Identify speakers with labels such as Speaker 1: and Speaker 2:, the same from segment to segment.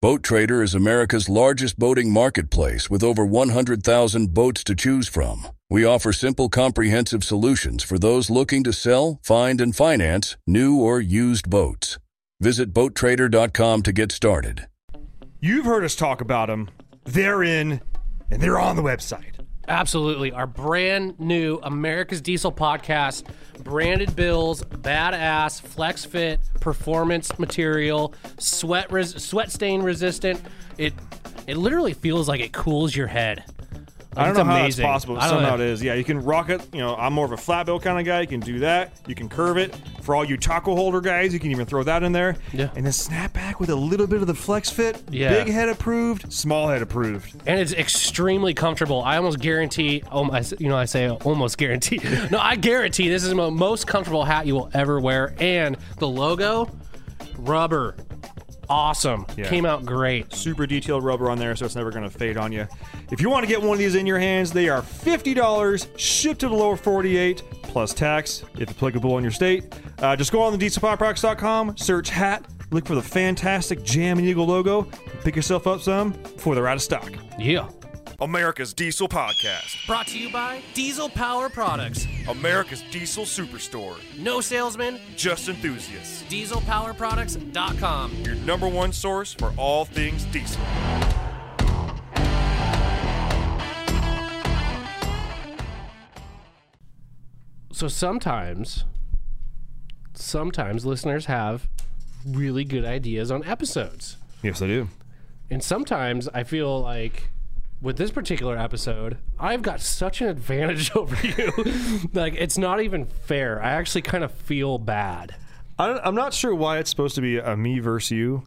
Speaker 1: Boat Trader is America's largest boating marketplace with over 100,000 boats to choose from. We offer simple, comprehensive solutions for those looking to sell, find, and finance new or used boats. Visit BoatTrader.com to get started.
Speaker 2: You've heard us talk about them. They're in, and they're on the website.
Speaker 3: Absolutely. Our brand new America's Diesel podcast, branded bills, badass, flex fit, performance material, sweat res- sweat stain resistant. It it literally feels like it cools your head.
Speaker 2: I don't
Speaker 3: It's
Speaker 2: know how that's
Speaker 3: amazing.
Speaker 2: possible, but
Speaker 3: I don't
Speaker 2: somehow it
Speaker 3: know.
Speaker 2: is. Yeah, you can rock it. You know, I'm more of a flat bill kind of guy. You can do that. You can curve it. For all you taco holder guys, you can even throw that in there.
Speaker 3: Yeah.
Speaker 2: And then snap back with a little bit of the flex fit.
Speaker 3: Yeah.
Speaker 2: Big head approved, small head approved.
Speaker 3: and it's extremely comfortable. I almost guarantee. Oh my! You know, I say almost guarantee. no, I guarantee this is the most comfortable hat you will ever wear. And the logo, rubber, awesome.
Speaker 2: Yeah.
Speaker 3: Came out great.
Speaker 2: Super detailed rubber on there, so it's never going to fade on you. If you want to get one of these in your hands, they are $50, shipped to the lower 48, plus tax, if applicable in your state. Uh, just go on the dieselpoprox.com, search hat, look for the fantastic Jam and Eagle logo, pick yourself up some before they're out of stock.
Speaker 3: Yeah.
Speaker 4: America's Diesel Podcast.
Speaker 3: Brought to you by Diesel Power Products.
Speaker 4: America's Diesel Superstore.
Speaker 3: No salesman.
Speaker 4: Just enthusiasts.
Speaker 3: DieselPowerProducts.com.
Speaker 4: Your number one source for all things diesel.
Speaker 3: So sometimes, sometimes listeners have really good ideas on episodes.
Speaker 2: Yes, I do.
Speaker 3: And sometimes I feel like with this particular episode, I've got such an advantage over you. like it's not even fair. I actually kind of feel bad.
Speaker 2: I don't, I'm not sure why it's supposed to be a me versus you.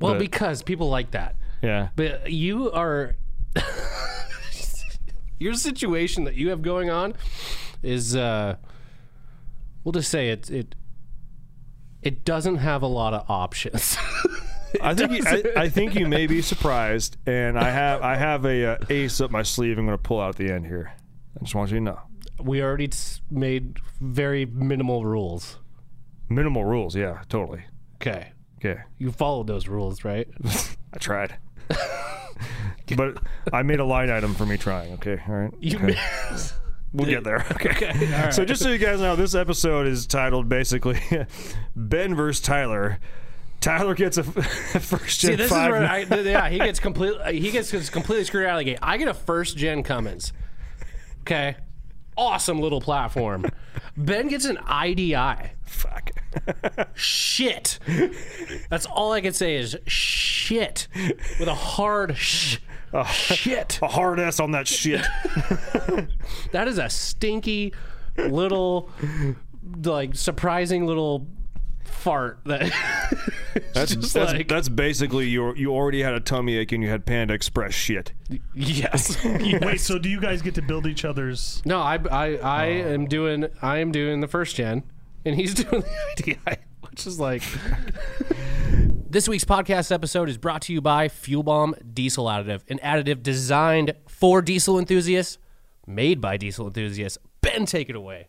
Speaker 3: Well,
Speaker 2: But-
Speaker 3: because people like that.
Speaker 2: Yeah.
Speaker 3: But you are your situation that you have going on is uh we'll just say it it it doesn't have a lot of options.
Speaker 2: I think you, I, I think you may be surprised, and I have I have a uh, ace up my sleeve. I'm going to pull out at the end here. I just want you to know.
Speaker 3: we already s- made very minimal rules.
Speaker 2: Minimal rules. Yeah, totally.
Speaker 3: Okay.
Speaker 2: Okay,
Speaker 3: You followed those rules, right?
Speaker 2: I tried, but I made a line item for me trying. Okay, all right.
Speaker 3: You
Speaker 2: Okay. We'll get there. Okay. So just so you guys know, this episode is titled basically Ben versus Tyler. Tyler gets a first gen
Speaker 3: See, this is
Speaker 2: five.
Speaker 3: where I, th- yeah, he gets completely he gets just completely screwed out of the gate. I get a first gen Cummins. Okay. Awesome little platform. Ben gets an IDI.
Speaker 2: fuck.
Speaker 3: Shit. That's all I can say is shit with a hard sh. Shit.
Speaker 2: a hard ass on that shit.
Speaker 3: That is a stinky little like surprising little fart that
Speaker 2: That's
Speaker 3: Just
Speaker 2: that's,
Speaker 3: like-
Speaker 2: that's basically your you already had a tummy ache and you had Panda Express shit.
Speaker 3: yes.
Speaker 5: Wait, so do you guys get to build each other's?
Speaker 3: No, I, I, I am doing I am doing the first gen, and he's doing the IDI, which is like. this week's podcast episode is brought to you by Fuel Bomb Diesel Additive, an additive designed for diesel enthusiasts, made by diesel enthusiasts. Ben, take it away.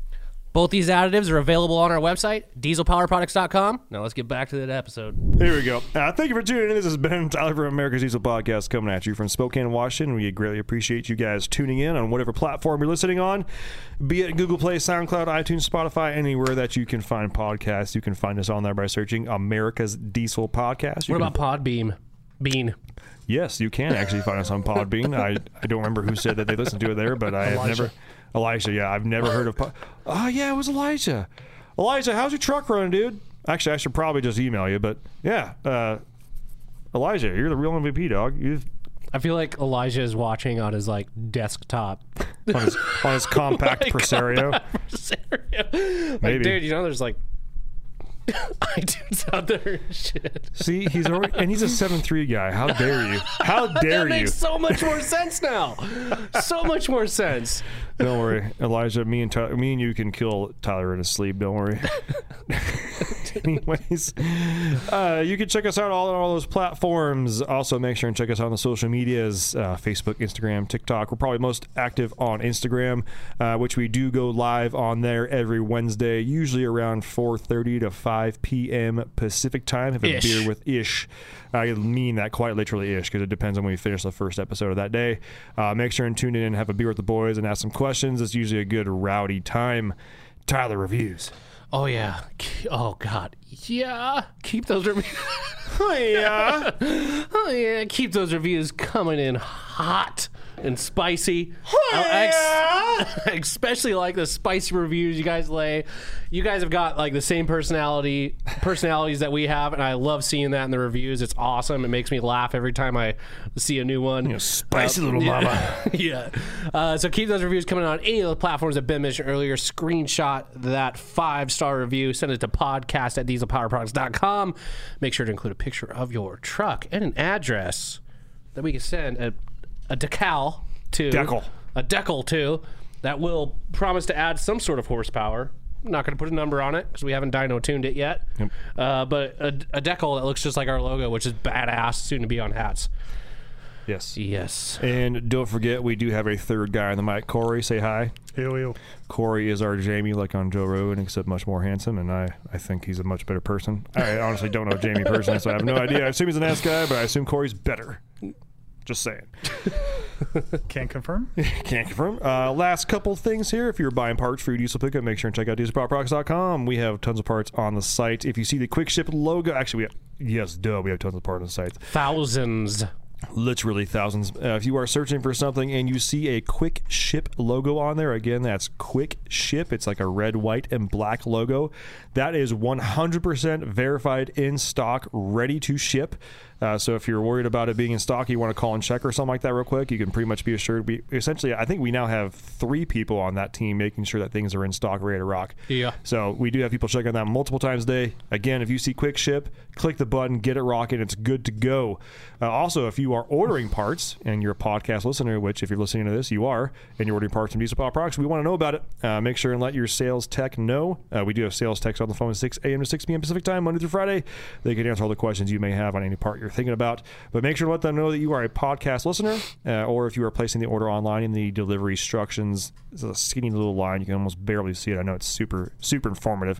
Speaker 3: Both these additives are available on our website, dieselpowerproducts.com. Now let's get back to that episode.
Speaker 2: Here we go. Uh, thank you for tuning in. This has been Tyler from America's Diesel Podcast coming at you from Spokane, Washington. We greatly appreciate you guys tuning in on whatever platform you're listening on, be it Google Play, SoundCloud, iTunes, Spotify, anywhere that you can find podcasts. You can find us on there by searching America's Diesel Podcast. You
Speaker 3: What
Speaker 2: can-
Speaker 3: about Podbeam? Bean.
Speaker 2: Yes, you can actually find us on Podbean. I, I don't remember who said that they listened to it there, but I have never Elijah. Yeah, I've never heard of. Po- oh yeah, it was Elijah. Elijah, how's your truck running, dude? Actually, I should probably just email you, but yeah, uh, Elijah, you're the real MVP, dog. You
Speaker 3: I feel like Elijah is watching on his like desktop.
Speaker 2: on his, on
Speaker 3: Oh
Speaker 2: his compact Presario.
Speaker 3: like,
Speaker 2: Maybe.
Speaker 3: dude, you know there's like iTunes out there and shit.
Speaker 2: See, he's already and he's a seven three guy. How dare you? How
Speaker 3: That
Speaker 2: dare you?
Speaker 3: makes so much more sense now. so much more sense.
Speaker 2: Don't worry, Elijah. Me and Ty- me and you can kill Tyler in his sleep. Don't worry. Anyways, uh, you can check us out all on all those platforms. Also, make sure and check us out on the social medias: uh, Facebook, Instagram, TikTok. We're probably most active on Instagram, uh, which we do go live on there every Wednesday, usually around 4:30 to 5 p.m. Pacific time. Have a
Speaker 3: Ish.
Speaker 2: beer with with ish. I mean that quite literally ish because it depends on when we finish the first episode of that day. Uh, make sure and tune in and have a beer with the boys and ask some questions. It's usually a good rowdy time. Tyler reviews.
Speaker 3: Oh yeah. Oh god. Yeah. Keep those reviews.
Speaker 2: Oh, yeah.
Speaker 3: Oh yeah. Keep those reviews coming in hot and spicy. I- I ex- I especially like the spicy reviews you guys lay. You guys have got like the same personality personalities that we have, and I love seeing that in the reviews. It's awesome. It makes me laugh every time I see a new one.
Speaker 2: Spicy little mama.
Speaker 3: Uh, yeah. Uh, so keep those reviews coming on any of the platforms that Ben mentioned earlier. Screenshot that five star review. Send it to podcast at dieselpowerproducts.com. Make sure to include a picture of your truck and an address that we can send a, a decal to.
Speaker 2: Decal.
Speaker 3: A decal to that will promise to add some sort of horsepower. I'm not going to put a number on it because we haven't dyno tuned it yet. Uh, but a, a decal that looks just like our logo, which is badass, soon to be on hats.
Speaker 2: Yes.
Speaker 3: Yes.
Speaker 2: And don't forget, we do have a third guy on the mic. Corey, say hi.
Speaker 5: Ew, ew.
Speaker 2: Corey is our Jamie, like on Joe Rogan, except much more handsome, and I, I think he's a much better person. I honestly don't know Jamie personally, so I have no idea. I assume he's a nice guy, but I assume Corey's better. Just saying.
Speaker 5: Can't confirm.
Speaker 2: Can't confirm. Uh, last couple things here. If you're buying parts for your diesel pickup, make sure and check out dieselproducts.com. We have tons of parts on the site. If you see the quick ship logo, actually, we have, yes, duh, we have tons of parts on the site.
Speaker 3: Thousands.
Speaker 2: Literally thousands. Uh, if you are searching for something and you see a quick ship logo on there, again, that's quick ship. It's like a red, white, and black logo. That is 100% verified in stock, ready to ship. Uh, so if you're worried about it being in stock, you want to call and check or something like that real quick, you can pretty much be assured. We essentially, I think we now have three people on that team making sure that things are in stock, ready to rock.
Speaker 3: Yeah.
Speaker 2: So we do have people checking that multiple times a day. Again, if you see Quick Ship, click the button, get it rocking. It's good to go. Uh, also, if you are ordering parts and you're a podcast listener, which if you're listening to this, you are, and you're ordering parts from Diesel Power Products, we want to know about it. Uh, make sure and let your sales tech know. Uh, we do have sales techs on the phone at 6 a.m. to 6 p.m. Pacific time, Monday through Friday. They can answer all the questions you may have on any part you're thinking about. But make sure to let them know that you are a podcast listener, uh, or if you are placing the order online in the delivery instructions, it's a skinny little line. You can almost barely see it. I know it's super, super informative.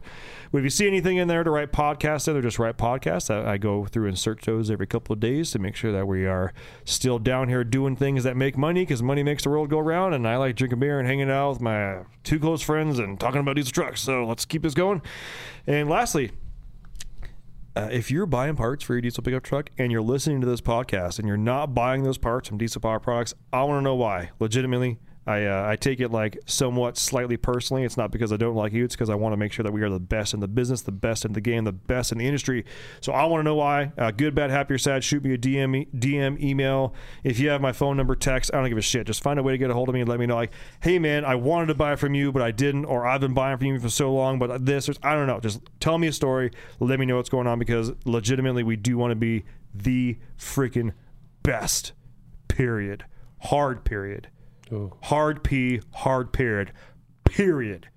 Speaker 2: But if you see anything in there to write podcast in, or just write podcast, I, I go through and search those every couple of days to make sure that we are still down here doing things that make money because money makes the world go round. And I like drinking beer and hanging out with my two close friends and talking about diesel trucks. So let's keep this going. And lastly, uh, if you're buying parts for your diesel pickup truck and you're listening to this podcast and you're not buying those parts from Diesel Power Products, I want to know why. Legitimately, I uh, I take it like somewhat slightly personally. It's not because I don't like you. It's because I want to make sure that we are the best in the business, the best in the game, the best in the industry. So I want to know why. Uh, good, bad, happy, or sad. Shoot me a DM, e- DM, email. If you have my phone number, text. I don't give a shit. Just find a way to get a hold of me and let me know. Like, hey man, I wanted to buy from you, but I didn't, or I've been buying from you for so long, but this, or, I don't know. Just tell me a story. Let me know what's going on because legitimately, we do want to be the freaking best. Period. Hard period. Hard P. Hard period. Period.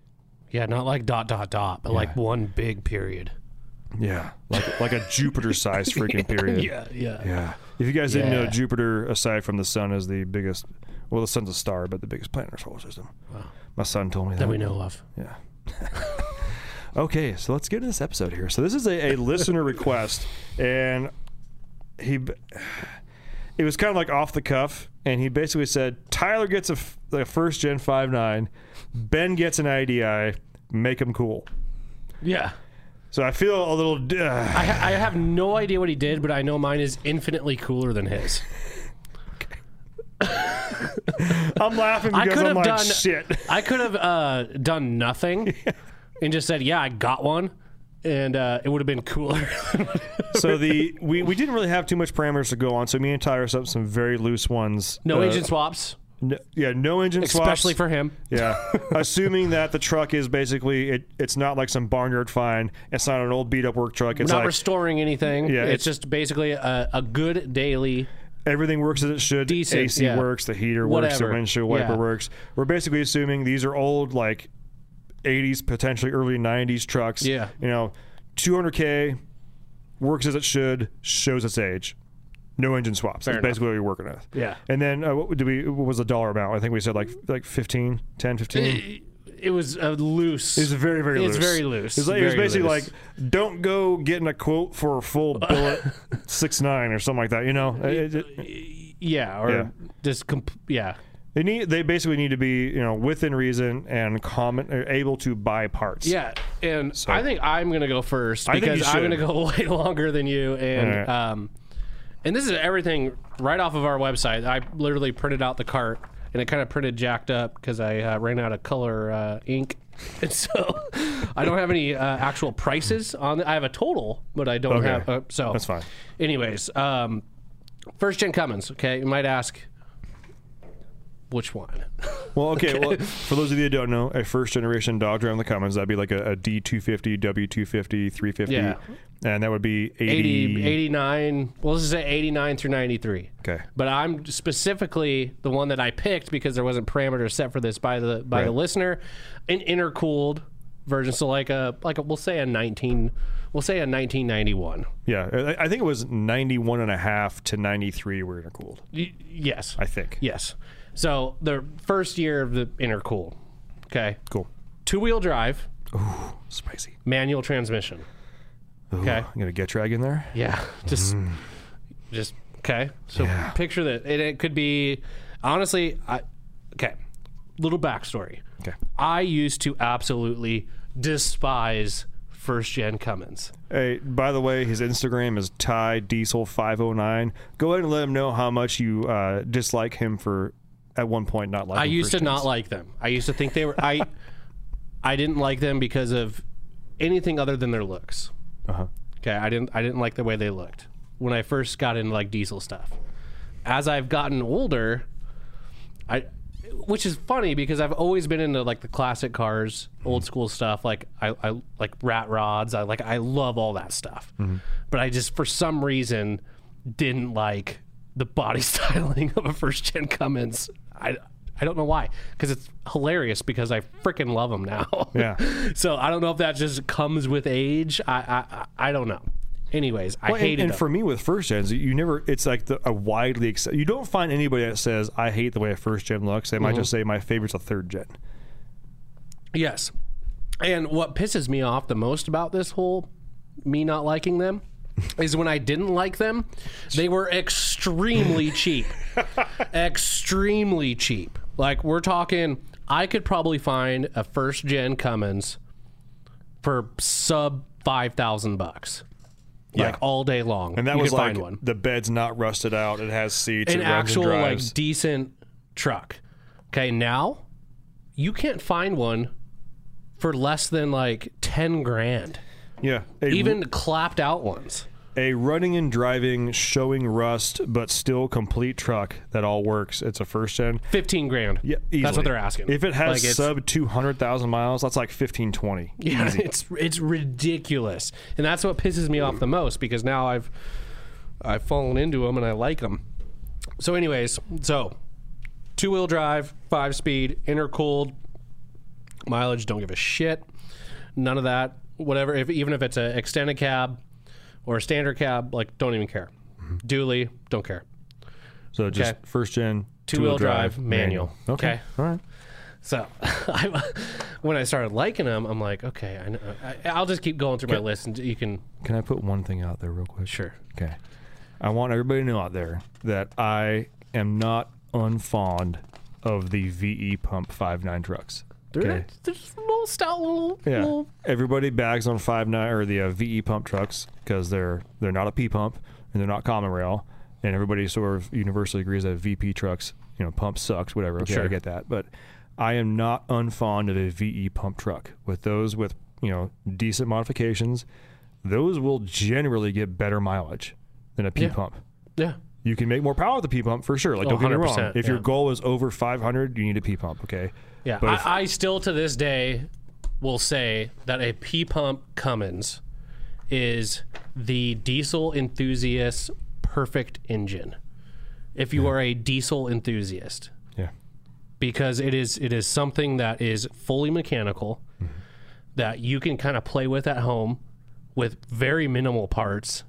Speaker 3: Yeah, not like dot dot dot, but like one big period.
Speaker 2: Yeah, like like a Jupiter-sized freaking period.
Speaker 3: Yeah, yeah.
Speaker 2: Yeah. If you guys didn't know,
Speaker 3: Yeah.
Speaker 2: Jupiter, aside from the sun, is the biggest. Well, the sun's a star, but the biggest planet in our solar system. My son told me that.
Speaker 3: That we know of.
Speaker 2: Yeah. okay, so let's get into this episode here. So this is a, a listener request, and he, b- it was kind of like off the cuff, and he basically said Tyler gets a, f- a first gen five nine, Ben gets an IDI, make him cool.
Speaker 3: Yeah.
Speaker 2: So I feel a little. d- Uh,
Speaker 3: I, ha- I have no idea what he did, but I know mine is infinitely cooler than his.
Speaker 2: I'm laughing
Speaker 3: I
Speaker 2: because
Speaker 3: could
Speaker 2: I'm
Speaker 3: have
Speaker 2: like
Speaker 3: done-
Speaker 2: shit.
Speaker 3: I could have uh, done nothing and just said, "Yeah, I got one," and uh, it would have been cooler.
Speaker 2: So the we, we didn't really have too much parameters to go on. So me and Tyler set up some very loose ones.
Speaker 3: no
Speaker 2: Uh,
Speaker 3: engine swaps,
Speaker 2: no- yeah, no engine swaps.
Speaker 3: especially for him.
Speaker 2: Yeah, assuming that the truck is basically it, it's not like some barnyard find. It's not an old beat up work truck. It's
Speaker 3: Not
Speaker 2: like
Speaker 3: restoring anything.
Speaker 2: Yeah,
Speaker 3: it's,
Speaker 2: it's-
Speaker 3: just basically a, a good daily.
Speaker 2: everything works as it should.
Speaker 3: Decent,
Speaker 2: AC
Speaker 3: yeah.
Speaker 2: works, the heater works, the
Speaker 3: Whatever.
Speaker 2: windshield wiper
Speaker 3: Yeah.
Speaker 2: works. We're basically assuming these are old like 80s, potentially early 90s trucks.
Speaker 3: Yeah.
Speaker 2: you know, 200k works as it should, shows its age. No engine swaps. That's basically what you're working with.
Speaker 3: Yeah.
Speaker 2: And then uh, what did we? What was the dollar amount? I think we said like like 15, 10, 15.
Speaker 3: It was a loose.
Speaker 2: It's very, very
Speaker 3: It's
Speaker 2: loose.
Speaker 3: very loose.
Speaker 2: It's like, it was
Speaker 3: Very
Speaker 2: basically
Speaker 3: loose.
Speaker 2: like, don't go getting a quote for a full bullet six nine or something like that. You know, It- it-
Speaker 3: yeah, or
Speaker 2: Yeah.
Speaker 3: just comp- yeah.
Speaker 2: they need they basically need to be you know within reason and common or able to buy parts.
Speaker 3: Yeah, and I think I'm gonna go first
Speaker 2: think you
Speaker 3: because I'm
Speaker 2: should.
Speaker 3: gonna go way longer than you, and
Speaker 2: Alright.
Speaker 3: um, and this is everything right off of our website. I literally printed out the cart, and it kind of printed jacked up because I uh, ran out of color uh, ink, and so I don't have any uh, actual prices on. The, I have a total, but I don't
Speaker 2: Okay.
Speaker 3: have. Uh, so
Speaker 2: That's fine.
Speaker 3: Anyways, um, first gen Cummins. Okay, you might ask. Which one?
Speaker 2: Well, okay. Well, for those of you that don't know, a first generation Dodge Ram the Cummins that'd be like a, a D two fifty, W two fifty, three fifty,
Speaker 3: Yeah.
Speaker 2: and that would be
Speaker 3: 80, 89 well let's just say 89 through 93
Speaker 2: Okay.
Speaker 3: but i'm specifically the one that i picked because there wasn't parameters set for this by the by the
Speaker 2: Right.
Speaker 3: listener an intercooled version so like a like a, we'll say a 19 we'll say a 1991
Speaker 2: Yeah, I- I think it was 91 and a half to 93 were intercooled,
Speaker 3: Y- yes
Speaker 2: I think.
Speaker 3: yes so the first year of the intercooled okay
Speaker 2: Cool.
Speaker 3: two-wheel drive
Speaker 2: Spicy.
Speaker 3: manual transmission okay
Speaker 2: I'm going to get drag in there.
Speaker 3: Yeah, just, just okay. So
Speaker 2: Mm. Yeah.
Speaker 3: picture that, and it could be honestly. I, okay, little backstory.
Speaker 2: Okay.
Speaker 3: I used to absolutely despise first gen Cummins.
Speaker 2: Hey, by the way, his Instagram is Ty Diesel five oh nine. Go ahead and let him know how much you uh, dislike him for at one point not liking.
Speaker 3: I used to
Speaker 2: Christians.
Speaker 3: not like them. I used to think they were. I, I didn't like them because of anything other than their looks.
Speaker 2: Uh-huh.
Speaker 3: Okay, I didn't I didn't like the way they looked when I first got into like diesel stuff. As I've gotten older, I which is funny because I've always been into like the classic cars,
Speaker 2: Mm-hmm.
Speaker 3: old school stuff, like I, I like rat rods, I like I love all that stuff.
Speaker 2: Mm-hmm.
Speaker 3: But I just for some reason didn't like the body styling of a first gen Cummins. I I don't know why, because it's hilarious. Because I freaking love them now.
Speaker 2: Yeah.
Speaker 3: so I don't know if that just comes with age. I I, I I don't know. Anyways, I
Speaker 2: Well, and,
Speaker 3: hated
Speaker 2: and
Speaker 3: them.
Speaker 2: for me with first gens, you never. It's like the, a widely accept. You don't find anybody that says I hate the way a first gen looks. They
Speaker 3: Mm-hmm.
Speaker 2: might just say my favorite's a third gen.
Speaker 3: Yes. And what pisses me off the most about this whole me not liking them is when I didn't like them, they were extremely cheap. extremely cheap. Like we're talking I could probably find a first gen Cummins for sub 5000 bucks. Like all day long.
Speaker 2: And that
Speaker 3: you
Speaker 2: was
Speaker 3: could
Speaker 2: like
Speaker 3: find one
Speaker 2: the bed's not rusted out. It has seats.
Speaker 3: an
Speaker 2: it runs
Speaker 3: actual
Speaker 2: and
Speaker 3: like
Speaker 2: drives.
Speaker 3: decent truck. Okay, now you can't find one for less than like ten grand.
Speaker 2: yeah. A,
Speaker 3: Even clapped out ones.
Speaker 2: a running and driving, showing rust, but still complete truck that all works. It's a first gen.
Speaker 3: Fifteen grand.
Speaker 2: Yeah,
Speaker 3: That's
Speaker 2: easily.
Speaker 3: what they're asking.
Speaker 2: If it
Speaker 3: Like,
Speaker 2: has
Speaker 3: it's-
Speaker 2: sub 200,000 miles, that's like 15, 20.
Speaker 3: Yeah, it's it's ridiculous, and that's what pisses me off the most because now I've I've fallen into them and I like them. So, anyways, so two wheel drive, five speed, intercooled. mileage don't give a shit none of that whatever if even if it's an extended cab or a standard cab like don't even care dually don't care
Speaker 2: So just
Speaker 3: Okay.
Speaker 2: first gen
Speaker 3: two wheel drive, manual.
Speaker 2: Okay. all right.
Speaker 3: so I, when i started liking them i'm like okay I know, I, i'll just keep going through my list and you can
Speaker 2: Can I put one thing out there real quick?
Speaker 3: sure
Speaker 2: Okay. I want everybody to know out there that I am not unfond of the VE pump 5.9 trucks.
Speaker 3: they're, they're just little stout little,
Speaker 2: Yeah.
Speaker 3: little
Speaker 2: Everybody bags on 5.9 or the uh, VE pump trucks because they're they're not a P pump and they're not common rail. And everybody sort of universally agrees that VP trucks, you know, pump sucks, whatever. Okay, I
Speaker 3: Sure.
Speaker 2: get that. But I am not unfond of a VE pump truck. With those with, you know, decent modifications, those will generally get better mileage than a P
Speaker 3: Yeah.
Speaker 2: pump.
Speaker 3: yeah
Speaker 2: You can make more power with the P pump for sure. Like,
Speaker 3: Oh,
Speaker 2: don't get me wrong.
Speaker 3: 100%,
Speaker 2: If your
Speaker 3: yeah.
Speaker 2: goal is over 500, you need a P pump. Okay.
Speaker 3: Yeah,
Speaker 2: But if-
Speaker 3: I, I still to this day will say that a P pump Cummins is the diesel enthusiast's perfect engine. If you are a diesel enthusiast,
Speaker 2: Yeah.
Speaker 3: because it is it is something that is fully mechanical
Speaker 2: Mm-hmm.
Speaker 3: that you can kind of play with at home with very minimal parts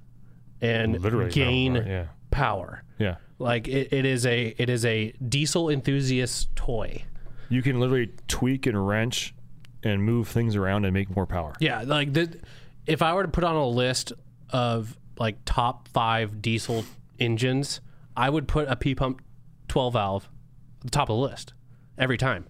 Speaker 3: and
Speaker 2: Literally no
Speaker 3: gain
Speaker 2: part, yeah.
Speaker 3: power.
Speaker 2: Yeah.
Speaker 3: Like it, it is a it is a diesel enthusiast toy.
Speaker 2: You can literally tweak and wrench and move things around and make more power.
Speaker 3: Yeah, like the, if I were to put on a list of like top five diesel engines, I would put a P pump twelve valve at the top of the list every time.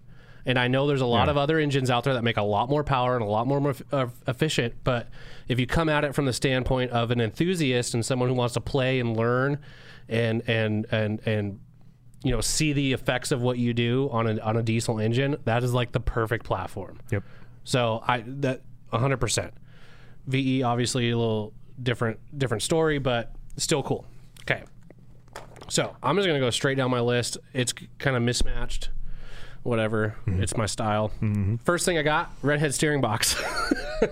Speaker 3: And I know there's a lot of other engines out there that make a lot more power and a lot more, more uh, efficient. But if you come at it from the standpoint of an enthusiast and someone who wants to play and learn, and and and and you know see the effects of what you do on a on a diesel engine, that is like the perfect platform.
Speaker 2: Yep.
Speaker 3: So I that 100%. VE E, obviously a little different different story, but still cool. Okay. So I'm just gonna go straight down my list. It's kind of mismatched. Whatever, it's my style. First thing I got, redhead steering box.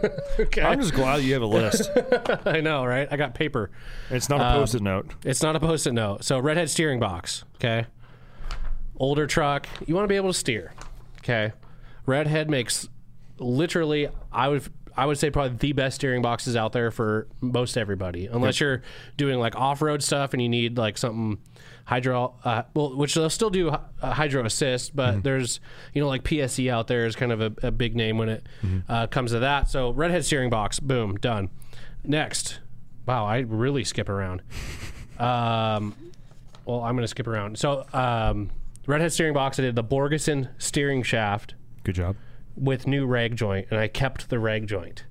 Speaker 2: I'm just glad you have a list.
Speaker 3: I know, right? I got paper.
Speaker 2: it's
Speaker 3: Um,
Speaker 2: not a post it note.
Speaker 3: It's not a post-it note. So redhead steering box. Okay. Older truck. You want to be able to steer. Okay. Redhead makes literally I would I would say probably the best steering boxes out there for most everybody, unless you're doing like off-road stuff and you need like something hydro. Uh, well, which they'll still do uh, hydro assist, but there's you know like PSE out there is kind of a, a big name when it uh, comes to that. So redhead steering box, boom, done. Next, wow, I really skip around. Um, well, I'm going to skip around. So, um, redhead steering box. I did the Borgeson steering shaft
Speaker 2: Good job.
Speaker 3: with new rag joint, and I kept the rag joint.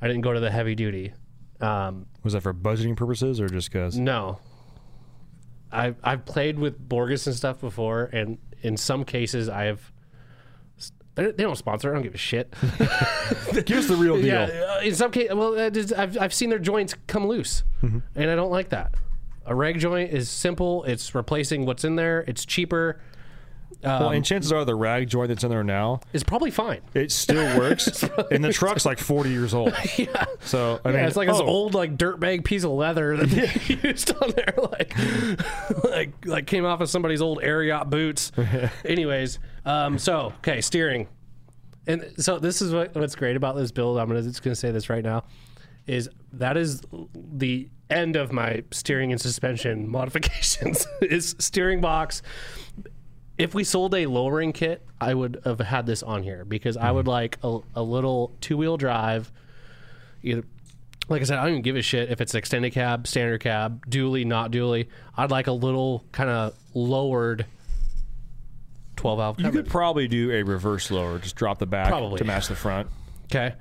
Speaker 3: I didn't go to the heavy duty. Um,
Speaker 2: Was that for budgeting purposes or just because?
Speaker 3: no, I've I've played with Borgeson stuff before, and in some cases I have. They they don't sponsor. I don't give a shit.
Speaker 2: Give us the real deal.
Speaker 3: Yeah, uh, in some case, well, that is- I've, I've seen their joints come loose, and I don't like that. A rag joint is simple. It's replacing what's in there. It's cheaper. Um,
Speaker 2: well, and chances are the rag joint that's in there now,
Speaker 3: It's probably fine.
Speaker 2: it still works. and the truck's like 40 years old. yeah. So, I mean,
Speaker 3: Yeah, it's like this
Speaker 2: oh,
Speaker 3: old like dirtbag piece of leather that they used on there, like like like came off of somebody's old Ariat boots. Anyways, um, so okay, steering, and so this is what, what's great about this build. I'm gonna just gonna say this right now, is that is the end of my steering and suspension modifications. is steering box. If we sold a lowering kit, I would have had this on here because I would like a, a little two wheel drive either like I said, I don't even give a shit if it's extended cab, standard cab, dually, not dually. I'd like a little kind of lowered twelve valve.
Speaker 2: You
Speaker 3: Cummins.
Speaker 2: could probably do a reverse lower, just drop the back
Speaker 3: Probably.
Speaker 2: to match the front.
Speaker 3: Okay.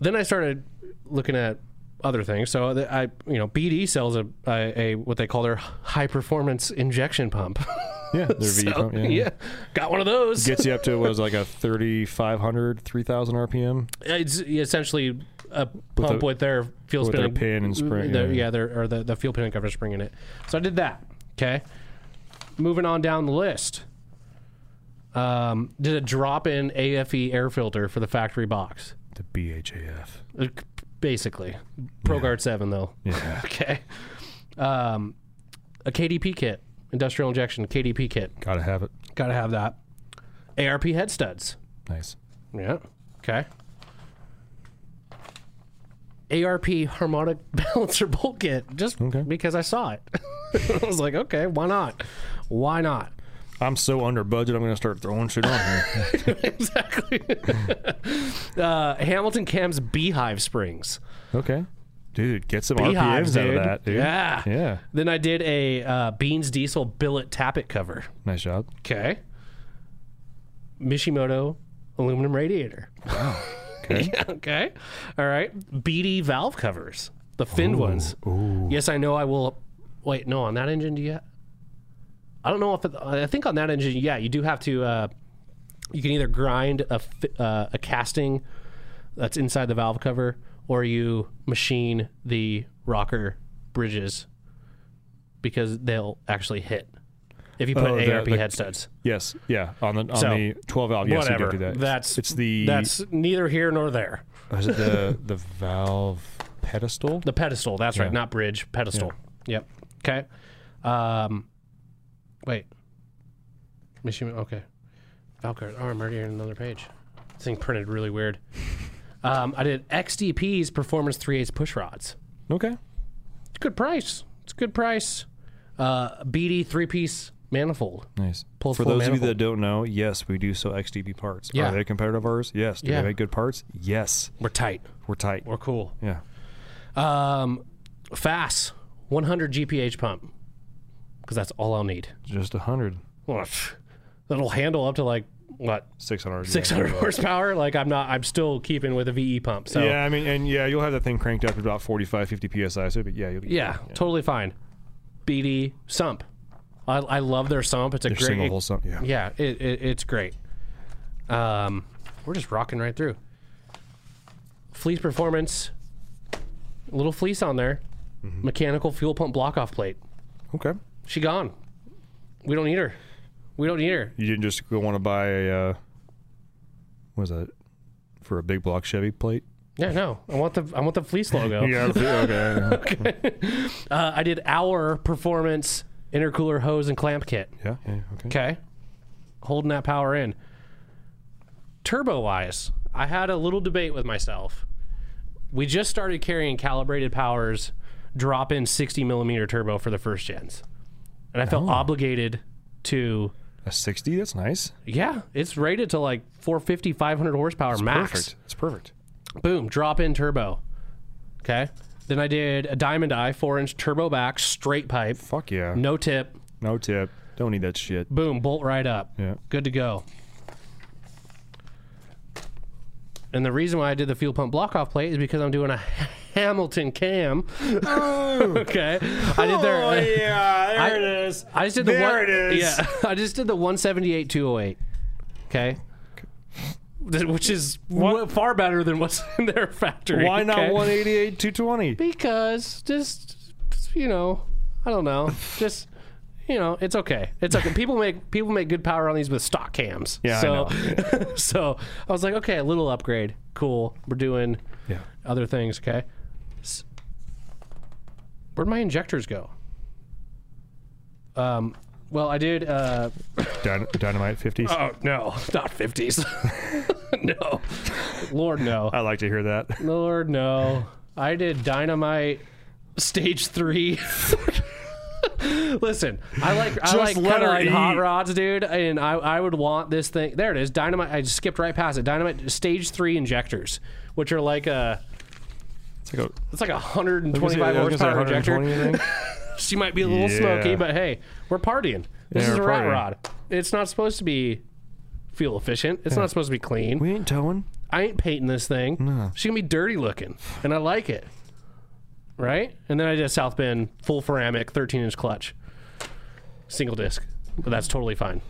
Speaker 3: Then I started looking at other things. So th- I, you know, BD sells a, a, a what they call their high performance injection pump.
Speaker 2: Yeah, their V
Speaker 3: So,
Speaker 2: pump.
Speaker 3: yeah. got one of those.
Speaker 2: gets you up to what was like a 3500 3000 rpm
Speaker 3: it's essentially a pump with,
Speaker 2: the-
Speaker 3: their fuel
Speaker 2: with their
Speaker 3: spinning
Speaker 2: pin and spring,
Speaker 3: their-
Speaker 2: yeah.
Speaker 3: yeah, their, or the, the fuel pin and cover spring in it. So I did that. Okay. Moving on down the list. Um, did a drop in AFE air filter for the factory box.
Speaker 2: the bhaf
Speaker 3: Uh, c- Basically. ProGuard 7 though.
Speaker 2: yeah
Speaker 3: Okay. Um, a KDP kit, industrial injection KDP kit.
Speaker 2: gotta have it
Speaker 3: Got to have that. ARP head studs.
Speaker 2: nice
Speaker 3: Yeah. Okay. ARP harmonic balancer bolt kit just because I saw it. I was like, okay, why not? Why not?
Speaker 2: I'm so under budget. I'm going to start throwing shit on here.
Speaker 3: exactly. uh, Hamilton Cam's Beehive Springs.
Speaker 2: okay, dude, get some
Speaker 3: Beehives,
Speaker 2: RPMs out
Speaker 3: dude.
Speaker 2: of that, dude.
Speaker 3: Yeah.
Speaker 2: yeah.
Speaker 3: Then I did a uh, Beans Diesel Billet Tappet cover.
Speaker 2: Nice job.
Speaker 3: Okay. Mishimoto aluminum radiator.
Speaker 2: Okay.
Speaker 3: okay. All right. BD valve covers, the finned ones. Yes, I know I will. Wait, no, on that engine, do you? I don't know if it, I think on that engine, yeah, you do have to. Uh, you can either grind a fi- uh, a casting that's inside the valve cover, or you machine the rocker bridges because they'll actually hit if you put
Speaker 2: Oh, the-
Speaker 3: ARP
Speaker 2: the-
Speaker 3: head studs.
Speaker 2: Yes. Yeah. On the on
Speaker 3: So,
Speaker 2: the 12 valve. Yes,
Speaker 3: whatever.
Speaker 2: you did E do that.
Speaker 3: That's
Speaker 2: it's the oh,
Speaker 3: That's neither here nor there.
Speaker 2: is it the the valve pedestal.
Speaker 3: The pedestal. That's right. Not bridge. Pedestal. Yep. Okay. Um, wait. Mishima. Okay. Valkyrie. Oh, I'm already on another page. This thing printed really weird. Um, I did XDP's Performance 3 8 push rods.
Speaker 2: Okay.
Speaker 3: It's a good price. It's a good price. Uh, BD three piece manifold.
Speaker 2: Nice.
Speaker 3: Pulls
Speaker 2: For
Speaker 3: full
Speaker 2: those of you
Speaker 3: manifold.
Speaker 2: that don't know, yes, we do sell XDB parts.
Speaker 3: Yeah.
Speaker 2: Are they competitive ours? Yes. Do
Speaker 3: Yeah.
Speaker 2: they make good parts? Yes.
Speaker 3: We're tight.
Speaker 2: We're tight.
Speaker 3: We're cool.
Speaker 2: yeah.
Speaker 3: Um, FAS 100 GPH pump because that's all I'll need.
Speaker 2: Just 100.
Speaker 3: Well, pff, That'll handle up to like what
Speaker 2: 600. yeah.
Speaker 3: 600 horsepower. Like I'm not. I'm still keeping with a VE pump. So
Speaker 2: Yeah, I mean, and yeah, you'll have that thing cranked up to about 45, 50 psi. So, but yeah, you'll be
Speaker 3: Yeah, totally fine. BD Sump. I, I love their Sump. It's a great
Speaker 2: single hole something. Yeah.
Speaker 3: Yeah, it, it, it's great. Um, we're just rocking right through. Fleece performance. Little fleece on there. Mechanical fuel pump block off plate.
Speaker 2: Okay.
Speaker 3: She gone. We don't need her. We don't need her.
Speaker 2: You didn't just go want to buy a uh, what is that for a big block Chevy plate?
Speaker 3: Yeah, no. I want the I want the fleece logo.
Speaker 2: okay.
Speaker 3: uh, I did our performance intercooler hose and clamp kit.
Speaker 2: yeah, yeah, okay.
Speaker 3: Okay. Holding that power in. Turbo wise, I had a little debate with myself. We just started carrying calibrated powers, drop in 60 millimeter turbo for the first gens. And I felt
Speaker 2: Oh.
Speaker 3: obligated to,
Speaker 2: A 60, that's nice.
Speaker 3: yeah, it's rated to like 450, 500 horsepower max.
Speaker 2: Perfect. It's perfect.
Speaker 3: Boom, drop in turbo. Okay. Then I did a diamond eye, four inch turbo back, straight pipe,
Speaker 2: Fuck yeah.
Speaker 3: no tip,
Speaker 2: No tip. Don't need that shit.
Speaker 3: boom, bolt right up.
Speaker 2: Yeah.
Speaker 3: Good to go. And the reason why I did the fuel pump block off plate is because I'm doing a Hamilton cam.
Speaker 2: Oh.
Speaker 3: okay. I did their
Speaker 2: yeah,
Speaker 3: Oh, there I- it
Speaker 2: is.
Speaker 3: I just did the
Speaker 2: There
Speaker 3: one,
Speaker 2: it is.
Speaker 3: Yeah. I just did the 178 208. Okay. Which is w- far better than what's in their factory.
Speaker 2: Why not
Speaker 3: okay?
Speaker 2: 188, 220?
Speaker 3: Because just you know, I don't know. Just you know, it's okay. It's okay. People make people make good power on these with stock cams.
Speaker 2: Yeah, I
Speaker 3: So
Speaker 2: know.
Speaker 3: so I was like, okay, a little upgrade. Cool. We're doing
Speaker 2: Yeah.
Speaker 3: other things, okay? S- Where'd my injectors go? Um well, I did. Uh,
Speaker 2: Dyn- dynamite 50s.
Speaker 3: oh no, not fifties. no, Lord no.
Speaker 2: I like to hear that.
Speaker 3: Lord, no. I did Dynamite Stage 3. Listen, I like I like
Speaker 2: let
Speaker 3: kinda
Speaker 2: her
Speaker 3: like hot
Speaker 2: eat.
Speaker 3: rods, dude, and I, I would want this thing. There it is, dynamite. I just skipped right past it. Dynamite stage three injectors, which are like a
Speaker 2: It's like a
Speaker 3: it's like a
Speaker 2: I was
Speaker 3: 125
Speaker 2: gonna say- I was
Speaker 3: horsepower
Speaker 2: gonna say
Speaker 3: injector.
Speaker 2: 120, I think.
Speaker 3: She might be a little
Speaker 2: Yeah.
Speaker 3: smoky, but hey, we're partying. This
Speaker 2: Yeah,
Speaker 3: is a
Speaker 2: we're
Speaker 3: rat
Speaker 2: partying.
Speaker 3: rod. It's not supposed to be fuel efficient. It's not supposed to be clean.
Speaker 2: We ain't towing.
Speaker 3: I ain't painting this thing. She's gonna be dirty looking, and I like it. Right? And then I did a South Bend full ceramic 13 inch clutch, single disc, but that's totally fine.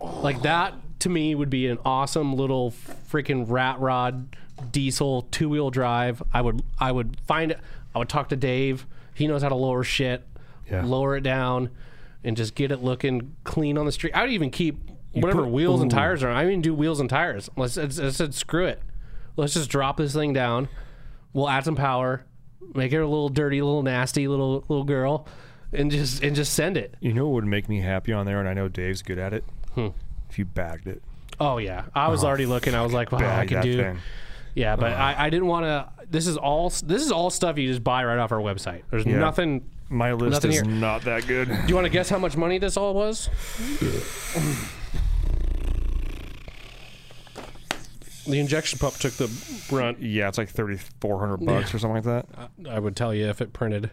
Speaker 3: Like that to me would be an awesome little freaking rat rod diesel two wheel drive. I would I would find it. I would talk to Dave. He knows how to lower shit,
Speaker 2: Yeah.
Speaker 3: lower it down, and just get it looking clean on the street. I would even keep whatever
Speaker 2: put-
Speaker 3: wheels and
Speaker 2: ooh.
Speaker 3: tires are. I even do wheels and tires. Let's I said screw it. Let's just drop this thing down. We'll add some power, make it a little dirty, little nasty, little little girl, and just and just send it. Hmm.
Speaker 2: You know what would make me happy on there, and I know Dave's good at it? If you bagged it.
Speaker 3: Oh yeah, I was already looking. I was like, wow, I
Speaker 2: bag
Speaker 3: can
Speaker 2: that
Speaker 3: do.
Speaker 2: thing.
Speaker 3: Yeah, but I, I didn't want to. This is all. This is all stuff you just buy right off our website. There's nothing.
Speaker 2: My list
Speaker 3: Nothing
Speaker 2: is
Speaker 3: here.
Speaker 2: not that good.
Speaker 3: Do you want to guess how much money this all was? the injection pump took the brunt.
Speaker 2: Yeah, it's like thirty four hundred bucks or something like that.
Speaker 3: I would tell you if it printed.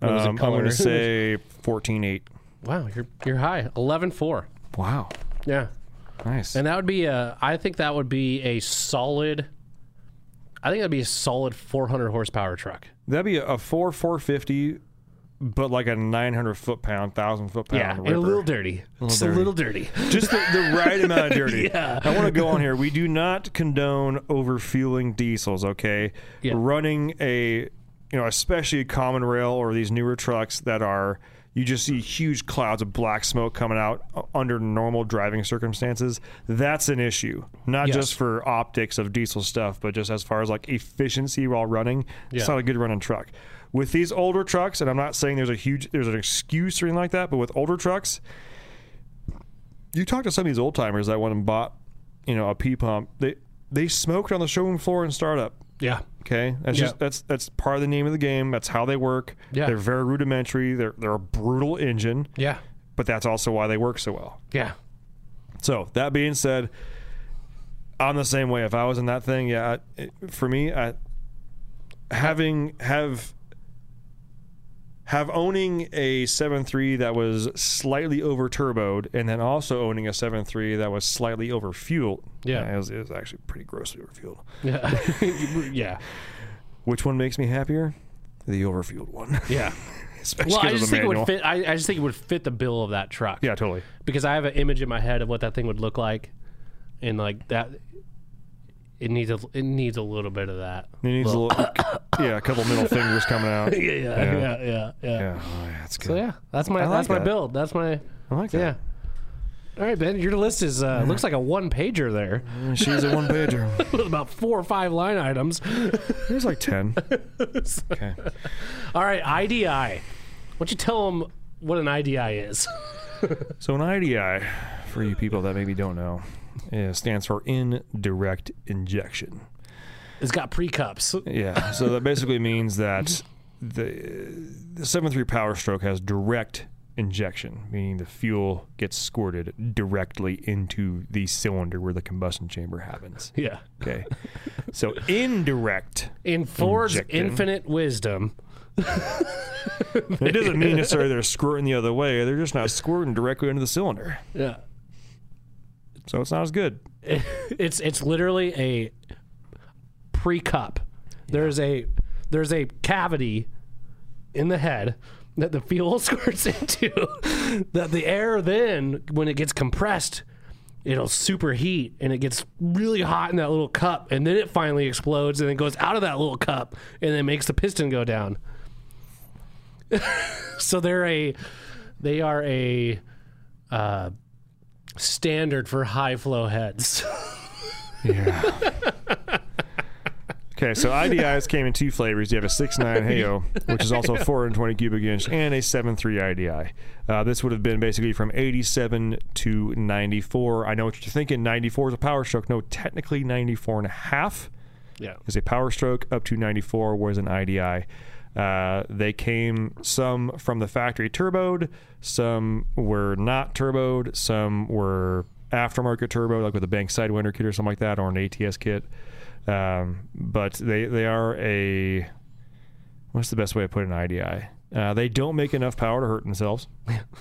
Speaker 3: What was it,
Speaker 2: Um, I'm going
Speaker 3: color?
Speaker 2: to say fourteen eight.
Speaker 3: wow, you're you're high. Eleven four.
Speaker 2: Wow,
Speaker 3: Yeah,
Speaker 2: nice.
Speaker 3: and that would be a. I think that would be a solid. I think that'd be a solid 400 horsepower truck.
Speaker 2: That'd be a, a four four fifty, but like a nine hundred foot pound, thousand foot pound.
Speaker 3: Yeah, and
Speaker 2: ripper.
Speaker 3: a little dirty. Just Uh, a little dirty.
Speaker 2: just the, the right amount of dirty.
Speaker 3: Yeah.
Speaker 2: I want to go on here. We do not condone overfueling diesels. Okay,
Speaker 3: Yeah.
Speaker 2: running a you know especially a common rail or these newer trucks that are you just see huge clouds of black smoke coming out uh, under normal driving circumstances. That's an issue, not
Speaker 3: Yes.
Speaker 2: just for optics of diesel stuff, but just as far as like efficiency while running. It's
Speaker 3: Yeah.
Speaker 2: not a good running truck. With these older trucks, and I'm not saying there's a huge there's an excuse or anything like that, but with older trucks, you talk to some of these old timers that went and bought, you know, a pee pump. They they smoked on the showroom floor in startup.
Speaker 3: Yeah.
Speaker 2: Okay, that's
Speaker 3: Yeah.
Speaker 2: just that's that's part of the name of the game. That's how they work.
Speaker 3: Yeah.
Speaker 2: they're very rudimentary. They're they're a brutal engine,
Speaker 3: Yeah.
Speaker 2: but that's also why they work so well.
Speaker 3: Yeah.
Speaker 2: So that being said, I'm the same way. If I was in that thing, yeah, I, it- for me, I having have have owning a 7.3 that was slightly over turboed and then also owning a 7.3 that was slightly over fueled
Speaker 3: Yeah.
Speaker 2: it was, it was actually pretty grossly over fueled
Speaker 3: Yeah. yeah.
Speaker 2: which one makes me happier the overfueled one
Speaker 3: Yeah.
Speaker 2: especially
Speaker 3: Well, I
Speaker 2: 'cause of
Speaker 3: just
Speaker 2: the
Speaker 3: think it would
Speaker 2: manual.
Speaker 3: fit. I, I just think it would fit the bill of that truck.
Speaker 2: yeah totally
Speaker 3: Because I have an image in my head of what that thing would look like, and like that, it needs a it needs a little bit of that.
Speaker 2: it needs a little yeah a couple middle fingers coming out yeah
Speaker 3: yeah, yeah, yeah.
Speaker 2: yeah oh, yeah, that's good
Speaker 3: So yeah, that's my
Speaker 2: I like
Speaker 3: that's my
Speaker 2: that.
Speaker 3: build. That's my
Speaker 2: i like that
Speaker 3: yeah. All right, Ben, your list is uh, looks like a one pager there
Speaker 2: She's a one pager.
Speaker 3: with about four or five line items.
Speaker 2: There's like ten. Okay.
Speaker 3: All right, IDI. Why don't you tell them what an IDI is?
Speaker 2: So an IDI, for you people that maybe don't know, it stands for indirect injection.
Speaker 3: It's got pre cups.
Speaker 2: Yeah. So that basically means that the the seven three power stroke has direct injection, meaning the fuel gets squirted directly into the cylinder where the combustion chamber happens.
Speaker 3: Yeah.
Speaker 2: Okay. So indirect
Speaker 3: In Ford's
Speaker 2: Injected.
Speaker 3: infinite wisdom,
Speaker 2: it doesn't mean necessarily they're squirting the other way. They're just not squirting directly into the cylinder.
Speaker 3: yeah,
Speaker 2: So it's not as good.
Speaker 3: it's it's literally a pre cup. There's a there's a cavity in the head that the fuel squirts into. that the air then, when it gets compressed, it'll superheat and it gets really hot in that little cup, and then it finally explodes and then goes out of that little cup and then makes the piston go down. so they're a they are a uh, standard for high flow heads.
Speaker 2: Yeah. okay, so IDIs came in two flavors. You have a 6.9 Heyo, which is also a 420 cubic inch, and a 7.3 IDI. Uh, this would have been basically from 87 to 94. I know what you're thinking. 94 is a power stroke. No, technically 94 and a half
Speaker 3: yeah.
Speaker 2: is a power stroke up to 94 was an IDI. Uh, they came some from the factory turboed, some were not turboed, some were aftermarket turbo, like with a bank sidewinder kit or something like that, or an ATS kit. Um, but they they are a what's the best way to put an IDI? Uh, they don't make enough power to hurt themselves.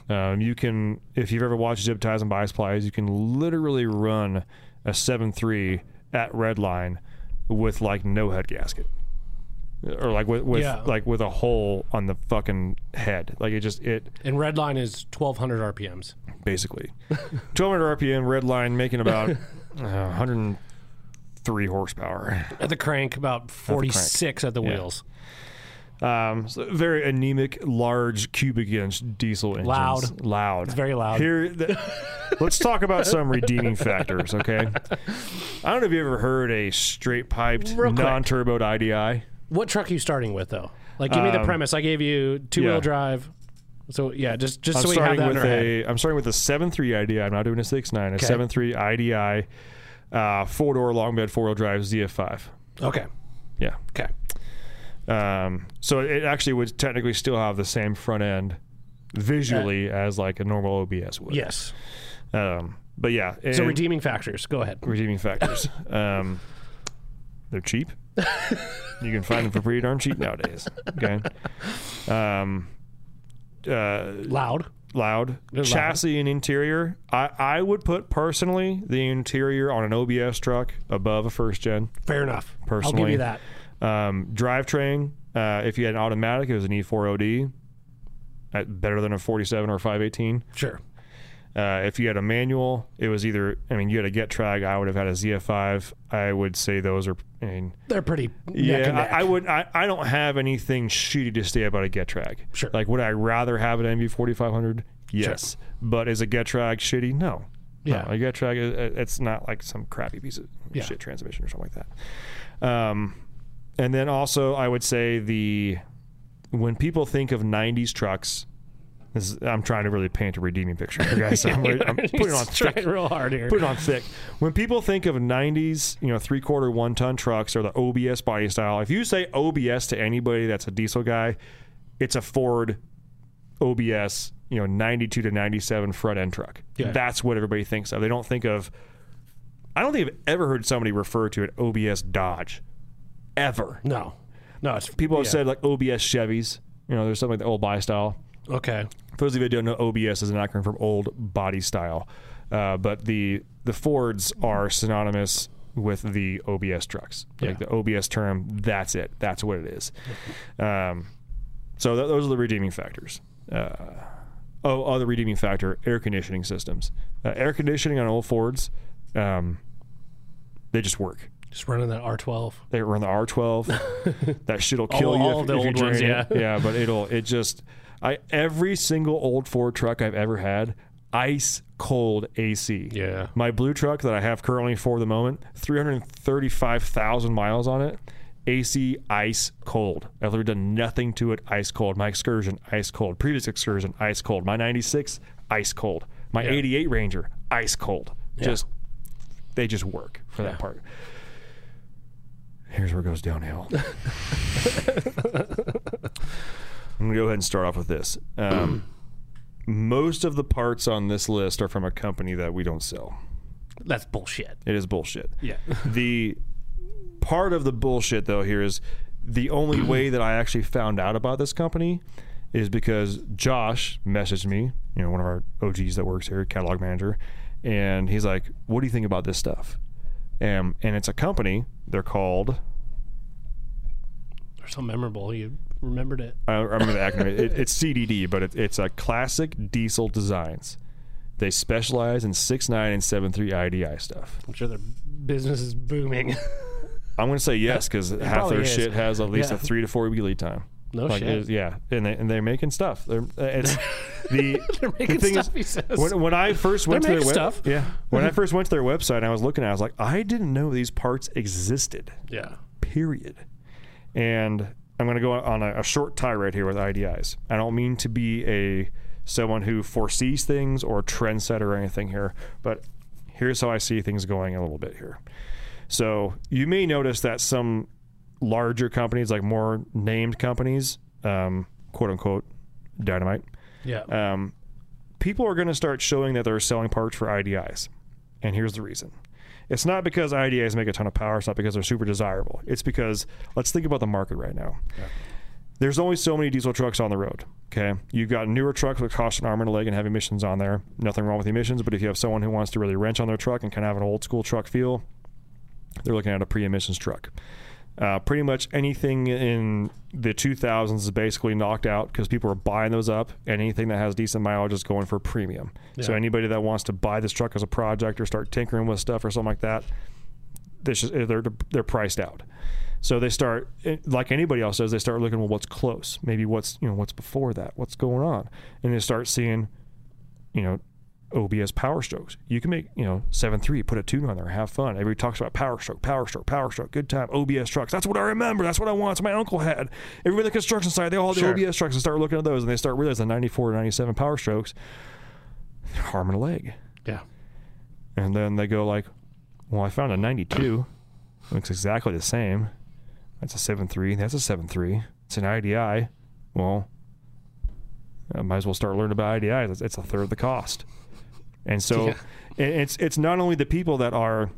Speaker 2: um, you can, if you've ever watched zip ties and bias plies, you can literally run a 7.3 at red line with like no head gasket or like with, with
Speaker 3: Yeah.
Speaker 2: like with a hole on the fucking head. Like it just, it
Speaker 3: And red line is 1200 RPMs.
Speaker 2: basically 1200 RPM red line making about uh, 103 horsepower.
Speaker 3: At the crank, about 46 at the, wheels.
Speaker 2: Um, so very anemic, large cubic inch diesel engines.
Speaker 3: Loud.
Speaker 2: loud. It's
Speaker 3: very loud.
Speaker 2: Here, th- let's talk about some redeeming factors. Okay, I don't know if you ever heard a straight piped,
Speaker 3: Real quick.
Speaker 2: non-turboed IDI.
Speaker 3: What truck are you starting with, though? Like, give me the premise. I gave you two wheel
Speaker 2: Um, yeah.
Speaker 3: drive. So yeah, just just
Speaker 2: I'm
Speaker 3: so we have
Speaker 2: starting
Speaker 3: that
Speaker 2: with
Speaker 3: in our head.
Speaker 2: a I'm starting with a seven three IDI. I'm not doing a six nine. A
Speaker 3: Okay.
Speaker 2: seven three IDI, uh, four door long bed four wheel drive ZF5.
Speaker 3: Okay.
Speaker 2: Yeah.
Speaker 3: Okay.
Speaker 2: Um, so it actually would technically still have the same front end
Speaker 3: Uh,
Speaker 2: visually as like a normal OBS would.
Speaker 3: Yes.
Speaker 2: Um, but yeah.
Speaker 3: So
Speaker 2: and-
Speaker 3: redeeming factors. Go ahead.
Speaker 2: redeeming factors. um, they're cheap. you can find them for pretty darn cheap nowadays. Okay. Um, uh,
Speaker 3: Loud.
Speaker 2: loud
Speaker 3: loud.
Speaker 2: chassis and interior. I, I would put personally the interior on an OBS truck above a first gen.
Speaker 3: Fair enough. I'll give
Speaker 2: Personally.
Speaker 3: you that.
Speaker 2: Um, drivetrain. Uh, if you had an automatic, it was an E E4OD. Uh, better than a 47 or 518.
Speaker 3: Sure.
Speaker 2: Uh, if you had a manual, it was either. I mean, you had a get trag. I would have had a ZF5. I would say those are. I mean,
Speaker 3: They're pretty. neck
Speaker 2: yeah,
Speaker 3: and neck.
Speaker 2: I, I would. I, I don't have anything shitty to say about a get trag.
Speaker 3: Sure.
Speaker 2: Like, would I rather have an MV4500? Yes. But is a get trag shitty? No.
Speaker 3: Yeah.
Speaker 2: No, a get trag. i- i- It's not like some crappy piece of
Speaker 3: Yeah.
Speaker 2: shit transmission or something like that. Um, and then also I would say the when people think of '90s trucks. This is, I'm trying to really paint a redeeming picture, here, guys. So I'm, re- I'm putting it on
Speaker 3: He's trying
Speaker 2: thick
Speaker 3: real hard here.
Speaker 2: put it on thick. When people think of 90s, you know, three quarter one ton trucks or the OBS body style, if you say OBS to anybody that's a diesel guy, it's a Ford OBS, you know, 92 to 97 front end truck.
Speaker 3: Yeah.
Speaker 2: That's what everybody thinks of. They don't think of, I don't think I've ever heard somebody refer to an OBS Dodge. Ever.
Speaker 3: no. No, it's
Speaker 2: People have said like OBS Chevys, you know, there's something like the old body style.
Speaker 3: okay.
Speaker 2: For those of you that don't know, OBS is an acronym from Old Body Style, uh, but the the Fords are synonymous with the OBS trucks. Like
Speaker 3: Yeah.
Speaker 2: the OBS term, that's it. That's what it is. Um, so th- those are the redeeming factors. Uh, oh, other redeeming factor: air conditioning systems. Uh, air conditioning on old Fords, um, they just work.
Speaker 3: Just running that R12.
Speaker 2: They run the R12. that shit'll kill you.
Speaker 3: all
Speaker 2: if-
Speaker 3: of the
Speaker 2: if you
Speaker 3: old
Speaker 2: drain
Speaker 3: ones,
Speaker 2: it.
Speaker 3: yeah.
Speaker 2: yeah, but it'll. It just. I every single old Ford truck I've ever had, ice cold AC.
Speaker 3: Yeah.
Speaker 2: My blue truck that I have currently for the moment, three hundred thirty-five thousand miles on it. AC ice cold. I've literally done nothing to it. Ice cold. My excursion ice cold. Previous excursion ice cold. My ninety-six ice cold. My eighty-eight Ranger ice cold. Just they just work for that part. Here's where it goes downhill. I'm gonna go ahead and start off with this. Um, most of the parts on this list are from a company that we don't sell.
Speaker 3: That's bullshit.
Speaker 2: It is bullshit.
Speaker 3: Yeah.
Speaker 2: The part of the bullshit though here is the only way that I actually found out about this company is because Josh messaged me, you know, one of our OGs that works here, catalog manager, and he's like, "What do you think about this stuff?" Um, and it's a company. They're called.
Speaker 3: They're so memorable. You remembered it.
Speaker 2: I I remember the acronym. It, it's CDD, but it, it's a classic diesel designs. They specialize in 6.9 and 7.3 IDI stuff.
Speaker 3: I'm sure their business is booming.
Speaker 2: I'm going to say yes because half their
Speaker 3: probably is.
Speaker 2: shit has at least a
Speaker 3: Yeah.
Speaker 2: three to four week lead time.
Speaker 3: No
Speaker 2: Like,
Speaker 3: shit.
Speaker 2: it is- Yeah, and they and they're making stuff. They're uh, it's the,
Speaker 3: They're
Speaker 2: the
Speaker 3: making
Speaker 2: thing
Speaker 3: stuff,
Speaker 2: is
Speaker 3: he says.
Speaker 2: when, when I first went to
Speaker 3: They're
Speaker 2: their
Speaker 3: making
Speaker 2: web-
Speaker 3: stuff.
Speaker 2: yeah when I first went to their website, I was looking at. it, I was like, I didn't know these parts existed.
Speaker 3: yeah.
Speaker 2: Period. And I'm going to go on a, a short tirade here with IDIs. I don't mean to be a someone who foresees things or a trendsetter or anything here, but here's how I see things going a little bit here. So you may notice that some larger companies, like more named companies, um, quote unquote, dynamite,
Speaker 3: Yeah.
Speaker 2: um, people are going to start showing that they're selling parts for IDIs. And here's the reason it's not because IDIs make a ton of power, it's not because they're super desirable. It's because let's think about the market right now. There's only so many diesel trucks on the road. Okay. You've got newer trucks that cost an arm and a leg and have emissions on there. Nothing wrong with the emissions, but if you have someone who wants to really wrench on their truck and kind of have an old school truck feel, they're looking at a pre emissions truck. Uh, pretty much anything in the 2000s is basically knocked out because people are buying those up, and anything that has decent mileage is going for premium. So anybody that wants to buy this truck as a project or start tinkering with stuff or something like that, this is, eh, they're they're priced out. So they start it- like anybody else does. They start looking well, what's close, maybe what's you know what's before that, what's going on, and they start seeing, you know, OBS power strokes. You can make, you know, 7 3, put a tune on there, have fun. Everybody talks about power stroke, power stroke, power stroke, good time, OBS trucks. That's what I remember. That's what I want. That's what my uncle had. Everybody at the construction site, they all had
Speaker 3: Sure.
Speaker 2: the OBS trucks and start looking at those and they start realizing 94, 97 power strokes, they're harming a leg.
Speaker 3: Yeah.
Speaker 2: And then they go like, "Well, I found a 92. Looks exactly the same. That's a 7.3. That's a 7.3. It's an IDI. Well, I might as well start learning about IDIs. It's, it's a third of the cost." And so,
Speaker 3: Yeah.
Speaker 2: i- it's it's not only the people that are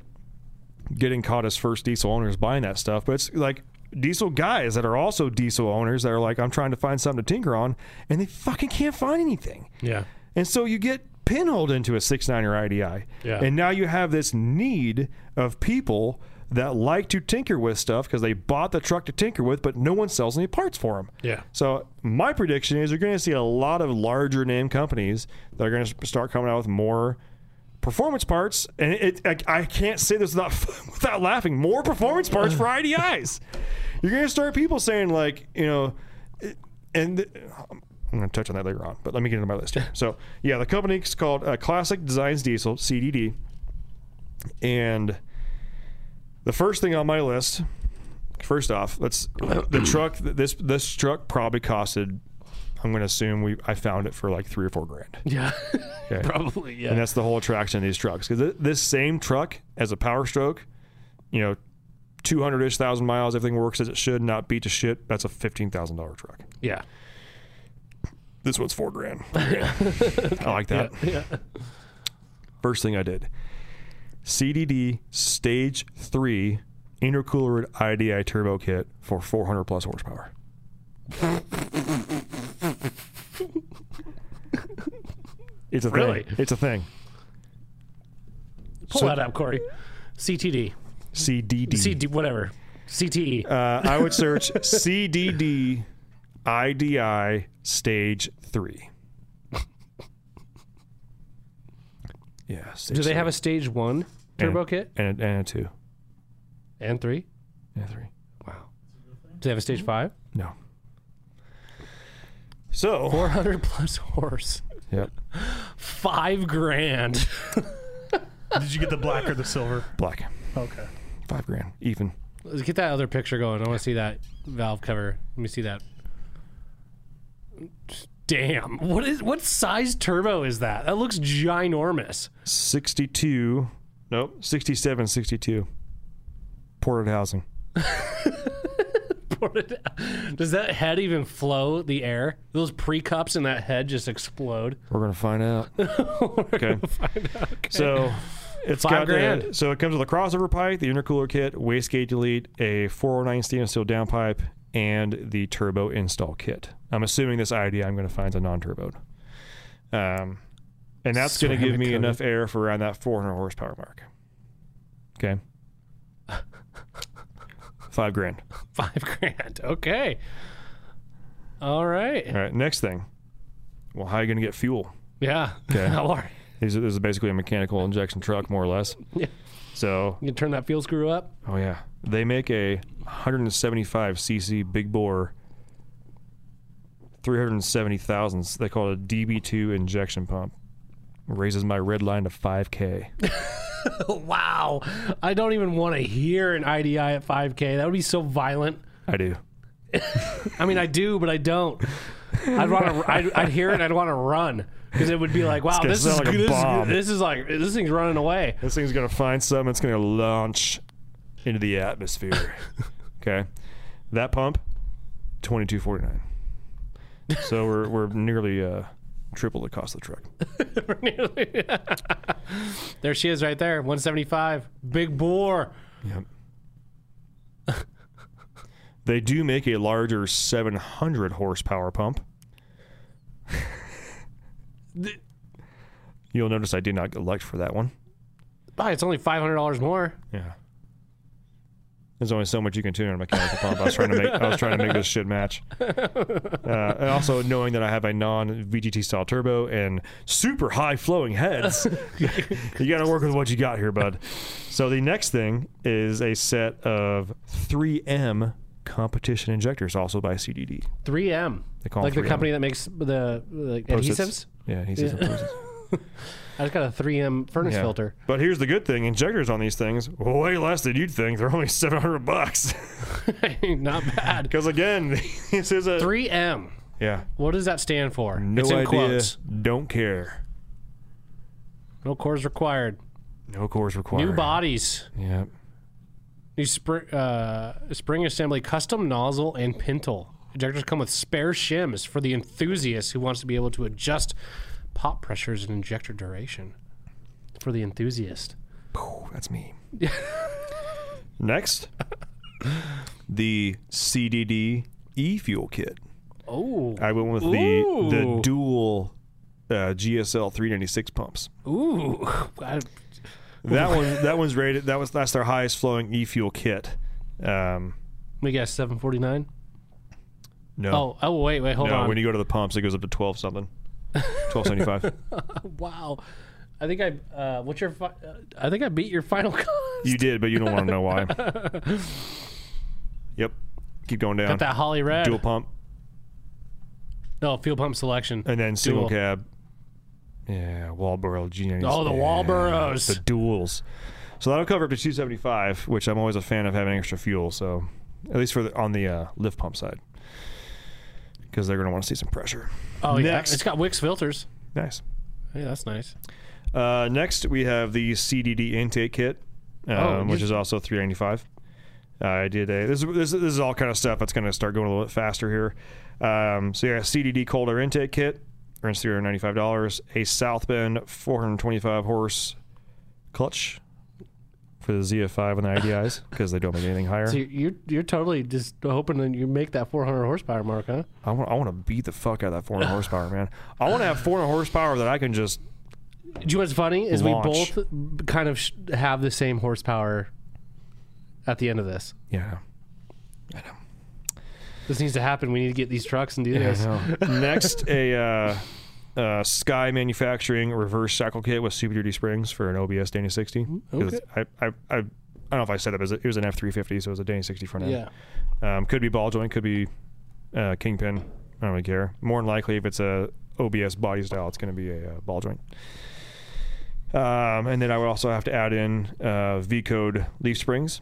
Speaker 2: getting caught as first diesel owners buying that stuff, but it's like diesel guys that are also diesel owners that are like, "I'm trying to find something to tinker on," and they fucking can't find anything.
Speaker 3: Yeah.
Speaker 2: And so you get pinholed into a six nine or IDI.
Speaker 3: Yeah.
Speaker 2: And now you have this need of people that like to tinker with stuff because they bought the truck to tinker with, but no one sells any parts for them.
Speaker 3: Yeah.
Speaker 2: So my prediction is you're going to see a lot of larger name companies that are going to start coming out with more performance parts, and it, it I, I can't say this without without laughing. More performance parts for IDIs. You're going to start people saying like you know, it- and. I'm going to touch on that later on, but let me get into my list here. So, yeah, the company is called uh, Classic Designs Diesel, CDD. And the first thing on my list, first off, let's the truck. This this truck probably costed. I'm going to assume we I found it for like three or four grand,
Speaker 3: Yeah.
Speaker 2: Okay.
Speaker 3: Probably. Yeah.
Speaker 2: and that's the whole attraction of these trucks. Because this same truck as a Power Stroke, you know, two hundred ish thousand miles, everything works as it should, not beat to shit. That's a fifteen thousand dollar truck.
Speaker 3: yeah.
Speaker 2: This one's four grand. I like that.
Speaker 3: Yeah.
Speaker 2: First thing I did, CDD Stage Three intercooler IDI turbo kit for four hundred plus horsepower. It's a
Speaker 3: Really?
Speaker 2: thing. It's a thing.
Speaker 3: Pull that up, Corey. CTD.
Speaker 2: CDD.
Speaker 3: CD, whatever. E. CTE.
Speaker 2: Mm-hmm. Uh, I would search CDD IDI stage three. Yeah. Stage
Speaker 3: Do they
Speaker 2: three.
Speaker 3: have a stage one turbo
Speaker 2: and,
Speaker 3: kit
Speaker 2: And a, and a two.
Speaker 3: and three?
Speaker 2: Yeah, three.
Speaker 3: Wow. Do they have a stage
Speaker 2: Mm-hmm.
Speaker 3: five?
Speaker 2: No. So.
Speaker 3: 400 plus horse.
Speaker 2: Yep.
Speaker 3: Five grand.
Speaker 5: Did you get the black or the silver?
Speaker 2: Black.
Speaker 5: Okay.
Speaker 2: Five grand. Even.
Speaker 3: Let's get that other picture going. I want to see that valve cover. Let me see that. Damn. What is what size turbo is that? That looks ginormous.
Speaker 2: 62. Nope. 67, 62. Ported housing.
Speaker 3: Does that head even flow the air? Those pre cups in that head just explode.
Speaker 2: We're gonna find out. okay. So it's
Speaker 3: Five
Speaker 2: got the-
Speaker 3: grand.
Speaker 2: so it comes with a crossover pipe, the intercooler kit, wastegate delete, a 409 stainless steel downpipe, and the turbo install kit. I'm assuming this ID I'm gonna find is a non-turboed. Um, and that's gonna give
Speaker 3: Ceramic
Speaker 2: me
Speaker 3: coated.
Speaker 2: enough air for around that 400 horsepower mark. Okay. Five grand.
Speaker 3: Five grand. Okay. All right.
Speaker 2: All right. Next thing. Well, how are you gonna get fuel?
Speaker 3: Yeah. How are
Speaker 2: These are, this is basically a mechanical injection truck, more or less.
Speaker 3: you?
Speaker 2: So
Speaker 3: You can turn that fuel screw up.
Speaker 2: Oh yeah, they make a 175 cc big bore, 370 thousandths. They call it a DB2 injection pump. Raises my red line to 5k.
Speaker 3: Wow. I don't even want to hear an IDI at 5K. That would be so violent.
Speaker 2: I do.
Speaker 3: I mean, I do, but I don't. I'd want to. I'd, I'd hear it. and I'd want to run because it would be like, wow,
Speaker 2: gonna
Speaker 3: this is,
Speaker 2: sound like a
Speaker 3: this,
Speaker 2: bomb.
Speaker 3: is this is like this thing's running away.
Speaker 2: This thing's gonna find something. It's gonna launch into the atmosphere. okay, that pump, 2249. So we're we're nearly uh, triple the cost of the truck.
Speaker 3: There she is, right there, 175, big bore.
Speaker 2: Yep. they do make a larger 700 horsepower pump. You'll notice I did not elect for that one.
Speaker 3: Oh, it's only five hundred dollars more.
Speaker 2: Yeah. There's only so much you can tune in a mechanical pump. I was trying to make I was trying to make this shit match. Uh, and also knowing that I have a non VGT style turbo and super high flowing heads, you got to work with what you got here, bud. So the next thing is a set of 3M competition injectors, also by CDD.
Speaker 3: 3M.
Speaker 2: They call
Speaker 3: like
Speaker 2: them
Speaker 3: the
Speaker 2: 3M.
Speaker 3: company that makes the like,
Speaker 2: Post-its.
Speaker 3: adhesives.
Speaker 2: Yeah, he says.
Speaker 3: I just got a 3M furnace
Speaker 2: Yeah.
Speaker 3: filter.
Speaker 2: But here's the good thing: injectors on these things way less than you'd think. They're only seven hundred bucks.
Speaker 3: Not bad.
Speaker 2: Because again, this is a
Speaker 3: 3M.
Speaker 2: yeah.
Speaker 3: What does that stand for?
Speaker 2: No
Speaker 3: it's in
Speaker 2: idea.
Speaker 3: quotes.
Speaker 2: Don't care.
Speaker 3: No cores required.
Speaker 2: No cores required.
Speaker 3: New bodies.
Speaker 2: Yeah.
Speaker 3: New spring, uh, spring assembly, custom nozzle, and pintle. Injectors come with spare shims for the enthusiast who wants to be able to adjust pop pressures and injector duration. For the enthusiast.
Speaker 2: That's me. Next, the CDD e fuel kit.
Speaker 3: Oh,
Speaker 2: I went with the the
Speaker 3: Ooh.
Speaker 2: dual uh, GSL 396 pumps.
Speaker 3: ooh. I,
Speaker 2: That one that one's rated. That was that's their highest flowing e fuel kit. Um,
Speaker 3: we guess 749.
Speaker 2: no,
Speaker 3: Oh, oh, wait, wait, hold
Speaker 2: no.
Speaker 3: on.
Speaker 2: When you go to the pumps, it goes up to 12 something. 1275.
Speaker 3: wow. I think I. Uh, what's your? Fi- uh, I think I beat your final. cost.
Speaker 2: you did, but you don't want to know why. Yep. Keep going down.
Speaker 3: Got that Holly Red.
Speaker 2: Dual pump
Speaker 3: No fuel pump selection.
Speaker 2: and then single
Speaker 3: Dual.
Speaker 2: cab. Yeah, Walboro G90s.
Speaker 3: Oh, the
Speaker 2: Yeah.
Speaker 3: Walboros.
Speaker 2: the duels. So that'll cover up to 275, which I'm always a fan of having extra fuel. So at least for the, on the uh, lift pump side, because they're going to want to see some pressure.
Speaker 3: oh yeah,
Speaker 2: next.
Speaker 3: it's got Wix filters.
Speaker 2: Nice.
Speaker 3: Yeah, that's nice.
Speaker 2: Uh, next, we have the CDD intake kit, um,
Speaker 3: Oh,
Speaker 2: which
Speaker 3: you-
Speaker 2: is also 395. Uh, I did a this is this, is- this is all kind of stuff that's going to start going a little bit faster here. Um, so yeah, CDD cold air intake kit earns 395 dollars. A South Bend 425 horse clutch for the ZF5 and the IDIs because they don't make anything higher.
Speaker 3: So you- you're you're totally just hoping that you make that 400 horsepower mark, huh?
Speaker 2: I want I want to beat the fuck out of that 400 horsepower, man. I want to have 400 horsepower that I can just
Speaker 3: Do you know what's funny is
Speaker 2: Launch.
Speaker 3: we both kind of sh- have the same horsepower at the end of this.
Speaker 2: yeah.
Speaker 3: This needs to happen. We need to get these trucks and do
Speaker 2: I
Speaker 3: this.
Speaker 2: know. Next, a uh, uh, Sky Manufacturing reverse shackle kit with super duty springs for an OBS Danny 60. 'Cause I, I, I, I don't know if I said that, but it was a- it was an F 350, so it was a Danny 60 front
Speaker 3: Yeah.
Speaker 2: end. Um, could be ball joint, could be uh, kingpin. I don't really care. More than likely, if it's a OBS body style, it's going to be a uh, ball joint. Um, and then I would also have to add in uh, V code leaf springs.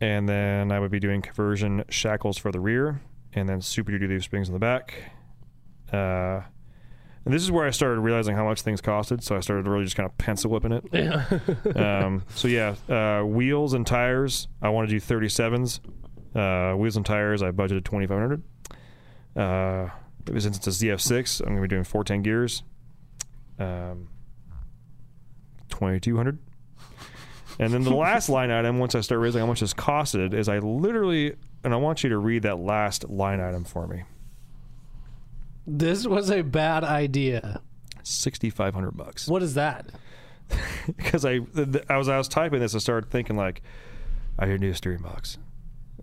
Speaker 2: And then I would be doing conversion shackles for the rear and then super duty leaf springs in the back. Uh, and this is where I started realizing how much things costed. So I started really just kind of pencil whipping it. um, so yeah, uh, wheels and tires. I want to do 37s. Uh, wheels and tires, I budgeted 2500 uh, but Since it's a ZF6, I'm going to be doing 410 gears. Um, 2200 and then the last line item, once I start raising how much this costed, is I literally, and I want you to read that last line item for me.
Speaker 3: This was a bad idea.
Speaker 2: Sixty five hundred bucks.
Speaker 3: What is that?
Speaker 2: Because I, th- th- I was, I was typing this, I started thinking like, I need a new steering box,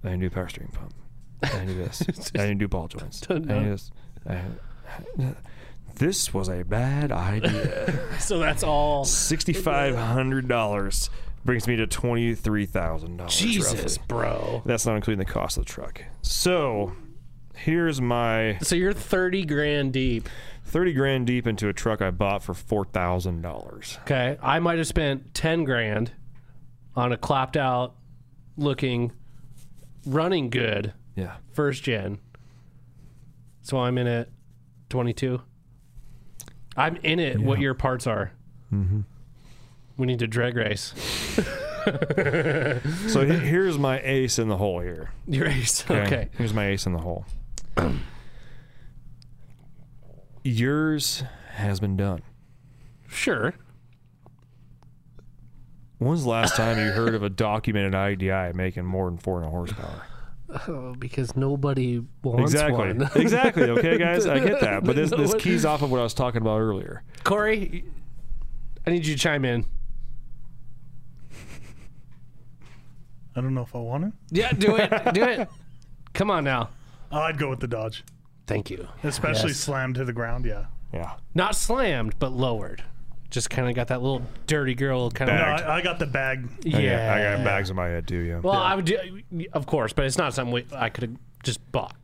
Speaker 2: I need a new power steering pump, I need this, I need new ball joints, I need
Speaker 3: know.
Speaker 2: this. I, this was a bad idea.
Speaker 3: So that's all.
Speaker 2: Sixty five hundred dollars brings me to twenty three thousand dollars.
Speaker 3: Jesus, bro.
Speaker 2: That's not including the cost of the truck. So here's my
Speaker 3: So you're 30 grand deep.
Speaker 2: 30 grand deep into a truck I bought for $4,000.
Speaker 3: Okay, I might have spent ten grand on a clapped out, looking, running good
Speaker 2: Yeah.
Speaker 3: first gen. So I'm in at twenty two. I'm in it. What your parts are? Mm-hmm. We need to drag race.
Speaker 2: So he- here's my ace in the hole here.
Speaker 3: Race. Okay.
Speaker 2: Here's my ace in the hole. Yours has been done.
Speaker 3: Sure.
Speaker 2: When's the last time you heard of a documented IDI making more than four and a horsepower?
Speaker 3: Oh, Because nobody wants
Speaker 2: Exactly.
Speaker 3: one.
Speaker 2: exactly. Okay, guys, I get that. But this,
Speaker 3: No
Speaker 2: this
Speaker 3: one-
Speaker 2: keys off of what I was talking about earlier.
Speaker 3: Corey, I need you to chime in.
Speaker 5: I don't know if I want it.
Speaker 3: Yeah, do it. do it. Come on now.
Speaker 5: I'd go with the dodge,
Speaker 3: Thank you.
Speaker 5: especially slammed to the ground. Yeah.
Speaker 2: Yeah.
Speaker 3: not slammed but lowered just kind of got that little dirty girl kind
Speaker 5: No,
Speaker 3: of
Speaker 5: I, I got the bag.
Speaker 3: yeah,
Speaker 2: I got bags in my head too, yeah.
Speaker 3: well i would do of course but it's not something we, i could have just bought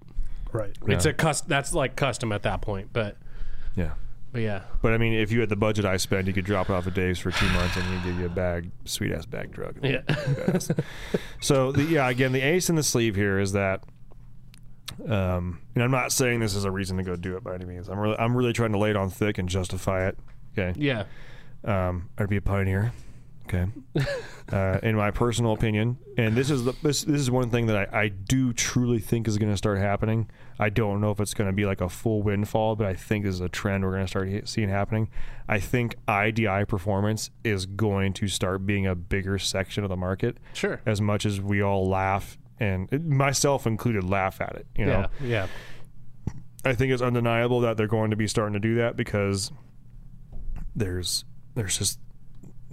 Speaker 5: Right.
Speaker 3: it's a custom that's like custom at that point but
Speaker 2: yeah.
Speaker 3: But yeah,
Speaker 2: But I mean, if you had the budget I spend, you could drop it off at Dave's for two months, and he'd give you a bag, sweet ass bag drug.
Speaker 3: Yeah.
Speaker 2: Badass. so the, yeah, again, the ace in the sleeve here is that. Um, and I'm not saying this is a reason to go do it by any means. I'm really, I'm really trying to lay it on thick and justify it. Okay.
Speaker 3: yeah,
Speaker 2: Um, I'd be a pioneer. Okay. uh, in my personal opinion, and this is the, this this is one thing that I, I do truly think is going to start happening. I don't know if it's going to be like a full windfall, but I think this is a trend we're going to start he- seeing happening. I think IDI performance is going to start being a bigger section of the market.
Speaker 3: Sure.
Speaker 2: As much as we all laugh and myself included laugh at it, you know.
Speaker 3: yeah, yeah.
Speaker 2: I think it's undeniable that they're going to be starting to do that because there's there's just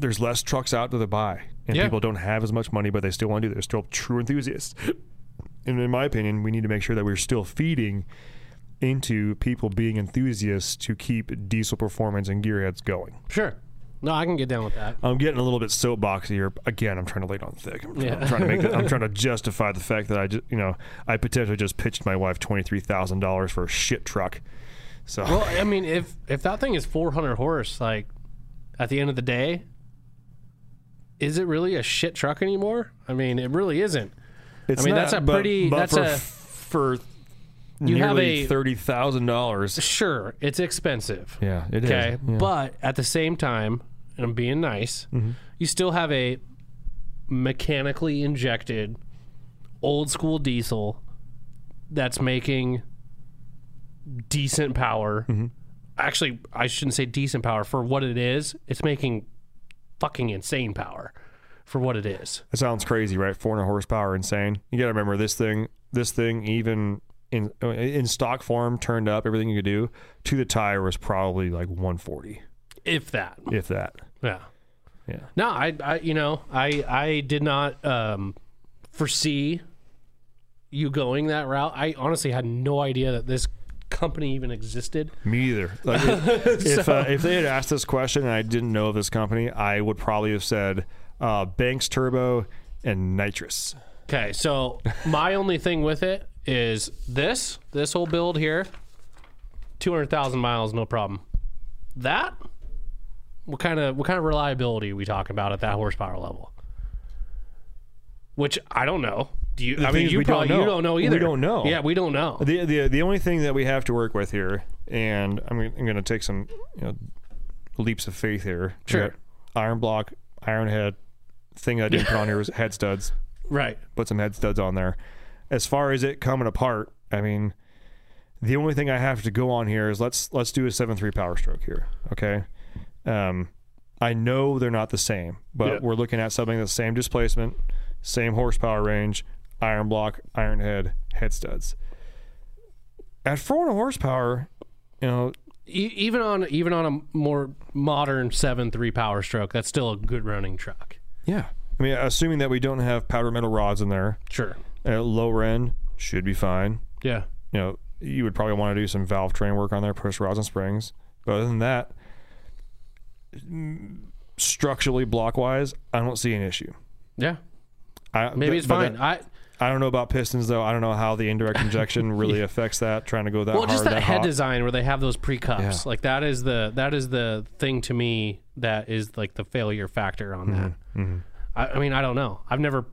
Speaker 2: there's less trucks out to the buy, and
Speaker 3: Yeah.
Speaker 2: people don't have as much money, but they still want to do. They're still true enthusiasts, and in my opinion, we need to make sure that we're still feeding into people being enthusiasts to keep diesel performance and gearheads going.
Speaker 3: Sure. No, I can get down with that.
Speaker 2: I'm getting a little bit soapboxy here. Again, I'm trying to lay it on thick. I'm,
Speaker 3: Yeah.
Speaker 2: I'm trying to make. The, I'm trying to justify the fact that I just, you know, I potentially just pitched my wife twenty three thousand dollars for a shit truck. So
Speaker 3: Well, I mean, if if that thing is 400 horse, like at the end of the day, is it really a shit truck anymore? I mean, it really isn't.
Speaker 2: It's
Speaker 3: I mean, that's a pretty- that's
Speaker 2: for,
Speaker 3: a-
Speaker 2: for
Speaker 3: You have
Speaker 2: nearly
Speaker 3: a-
Speaker 2: thirty thousand dollars.
Speaker 3: Sure, it's expensive.
Speaker 2: Yeah, it is.
Speaker 3: Okay,
Speaker 2: Yeah. Mm-hmm.
Speaker 3: but at the same time, and I'm being nice, you still have a mechanically injected old school diesel that's making decent power.
Speaker 2: Mm-hmm.
Speaker 3: Actually, I shouldn't say decent power for what it is. It's making fucking insane power for what it is.
Speaker 2: That sounds crazy, right? Four hundred horsepower, insane. You got to remember this thing. This thing, even in uh, in stock form, turned up everything you could do to the tire was probably like one forty,
Speaker 3: If that.
Speaker 2: if that.
Speaker 3: Yeah.
Speaker 2: Yeah.
Speaker 3: No, I, I you know, I I did not um foresee you going that route. I honestly had no idea that this company even existed.
Speaker 2: Me either. Like if, if, uh, if they had asked this question and I didn't know of this company, I would probably have said uh, Banks Turbo and nitrous.
Speaker 3: Okay, so my only thing with it is this this whole build here 200,000 miles no problem. That what kind of what kind of reliability are we talking about at that horsepower level? Which I don't know. Do you I
Speaker 2: thing
Speaker 3: mean
Speaker 2: is
Speaker 3: you
Speaker 2: we don't
Speaker 3: probably
Speaker 2: know.
Speaker 3: you don't know
Speaker 2: We
Speaker 3: either.
Speaker 2: don't know.
Speaker 3: Yeah, we don't know.
Speaker 2: the the the only thing that we have to work with here, and I'm, gonna- I'm going to take some you know leaps of faith here. We
Speaker 3: Sure.
Speaker 2: got Iron block, iron head. Thing I didn't put on here was head studs.
Speaker 3: Right.
Speaker 2: Put some head studs on there. As far as it coming apart, I mean, the only thing I have to go on here is let's let's do a seven three power stroke here. Okay. Um, I know they're not the same, but
Speaker 5: Yeah.
Speaker 2: we're looking at something that's same displacement, same horsepower range, iron block, iron head, head studs at 400 horsepower, you know,
Speaker 3: E- even on even on a more modern seven three power stroke, that's still a good running truck.
Speaker 2: yeah. I mean, assuming that we don't have powder metal rods in there,
Speaker 3: Sure.
Speaker 2: uh, lower end should be fine.
Speaker 3: Yeah.
Speaker 2: You know, you would probably want to do some valve train work on there, push rods and springs. But other than that, mm, structurally block wise, I don't see an issue.
Speaker 3: Yeah.
Speaker 2: I,
Speaker 3: Maybe
Speaker 2: but-
Speaker 3: it's
Speaker 2: but
Speaker 3: fine.
Speaker 2: that-
Speaker 3: I
Speaker 2: I don't know about pistons though. I don't know how the indirect injection really affects that. Trying to go that
Speaker 3: well,
Speaker 2: hard,
Speaker 3: just that,
Speaker 2: that
Speaker 3: head
Speaker 2: hot.
Speaker 3: design where they have those pre cups,
Speaker 2: Yeah.
Speaker 3: like that is the that is the thing to me that is like the failure factor on
Speaker 2: Mm-hmm.
Speaker 3: that. I, I mean, I don't know. I've never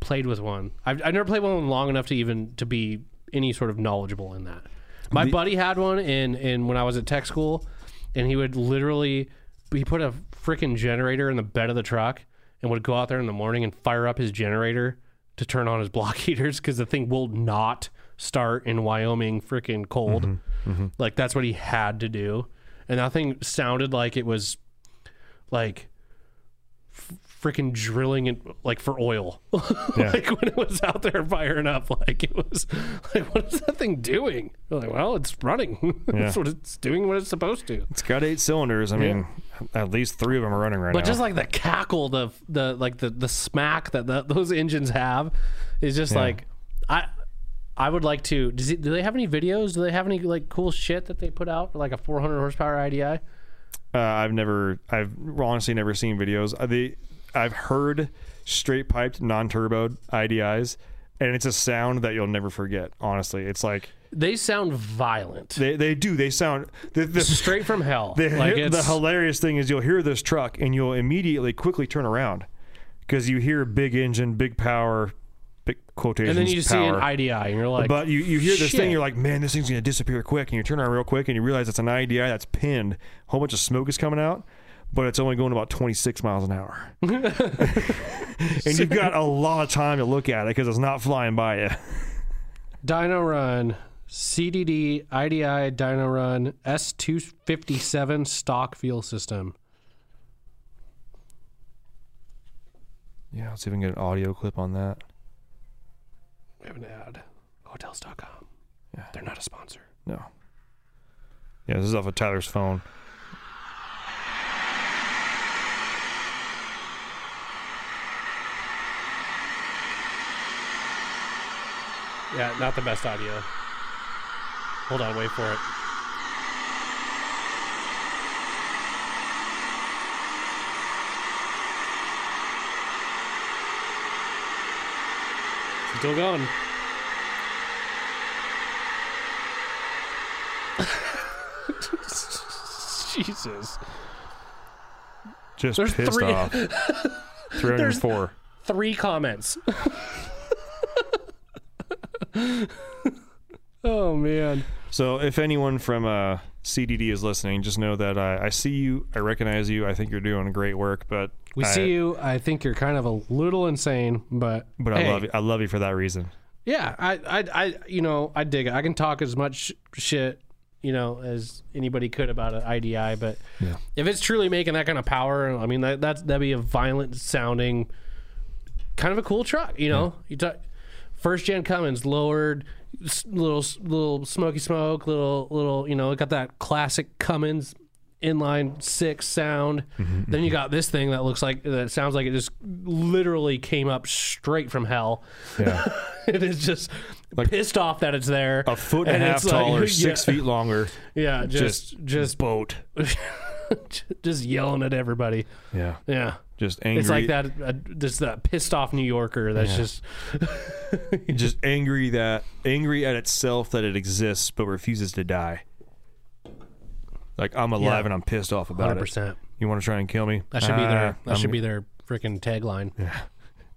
Speaker 3: played with one. I've, I've never played with one long enough to even to be any sort of knowledgeable in that. My buddy had one in in when I was at tech school, and he would literally he put a freaking generator in the bed of the truck and would go out there in the morning and fire up his generator to turn on his block heaters because the thing will not start in Wyoming freaking cold. Like that's what he had to do, and that thing sounded like it was like freaking drilling in like for oil. like when it was out there firing up, like it was like, what is that thing doing? You're like, well, it's running. That's what it's doing what it's supposed to.
Speaker 2: It's got eight cylinders. I mean, at least three of them are running right
Speaker 3: But
Speaker 2: now.
Speaker 3: just like the cackle, the the like the the smack that the, those engines have is just like I I would like to. Does it, do they have any videos? Do they have any like cool shit that they put out like a 400 horsepower IDI?
Speaker 2: Uh, I've never, I've honestly never seen videos. Uh, The, I've heard straight piped non turboed IDIs, and it's a sound that you'll never forget. Honestly, it's like
Speaker 3: They sound violent.
Speaker 2: they, they do. They sound the, the,
Speaker 3: Straight from hell.
Speaker 2: the,
Speaker 3: like it's,
Speaker 2: the hilarious thing is you'll hear this truck and you'll immediately quickly turn around because you hear big engine, big power, big quotations.
Speaker 3: and then you see an
Speaker 2: power.
Speaker 3: IDI and you're like,
Speaker 2: But you, you hear this
Speaker 3: Shit.
Speaker 2: thing, you're like, man, this thing's gonna disappear quick, and you turn around real quick, and you realize it's an IDI that's pinned. A whole bunch of smoke is coming out, but it's only going about 26 miles an hour, and you've got a lot of time to look at it because it's not flying by you.
Speaker 3: Dino Run, CDD, IDI, Dino Run, S257 stock fuel system.
Speaker 2: Yeah, let's even get an audio clip on that.
Speaker 3: We have an ad. Hotels.com.
Speaker 2: Yeah.
Speaker 3: They're not a sponsor.
Speaker 2: No. Yeah, this is off of Tyler's phone.
Speaker 3: Yeah, not the best audio. Hold on, wait for it. Still going. Jesus.
Speaker 2: Just
Speaker 3: There's
Speaker 2: pissed
Speaker 3: three-
Speaker 2: off. 304.
Speaker 3: Three comments. oh, man.
Speaker 2: So if anyone from uh, CDD is listening, just know that I, I see you, I recognize you, I think you're doing great work, but
Speaker 3: We
Speaker 2: I,
Speaker 3: see you. I think you're kind of a little insane, but
Speaker 2: But
Speaker 3: hey,
Speaker 2: I love you. I love you for that reason.
Speaker 3: Yeah, I, I, I, you know, I dig it. I can talk as much shit, you know, as anybody could about an IDI, but if it's truly making that kind of power, I mean, that that's, that'd be a violent sounding, kind of a cool truck, you know. You talk first gen Cummins lowered, s- little little smoky smoke, little little, you know, it got that classic Cummins inline six sound.
Speaker 2: Mm-hmm,
Speaker 3: Then you got this thing that looks like that sounds like it just literally came up straight from hell
Speaker 2: Yeah,
Speaker 3: it is just pissed off that it's there.
Speaker 2: a foot and, a half
Speaker 3: it's like-
Speaker 2: taller,
Speaker 3: yeah,
Speaker 2: six feet longer.
Speaker 3: Yeah, just just
Speaker 2: boat.
Speaker 3: just yelling at everybody.
Speaker 2: Yeah,
Speaker 3: Yeah.
Speaker 2: just angry.
Speaker 3: It's like that, uh, just that pissed off New Yorker. That's just
Speaker 2: Just angry that angry at itself that it exists but refuses to die. Like I'm alive
Speaker 3: Yeah.
Speaker 2: and I'm pissed off about
Speaker 3: hundred
Speaker 2: it. Uh, um,
Speaker 3: percent.
Speaker 2: You want to try and kill me? Ah,
Speaker 3: That should be
Speaker 2: there.
Speaker 3: their that should be their freaking tagline. Yeah,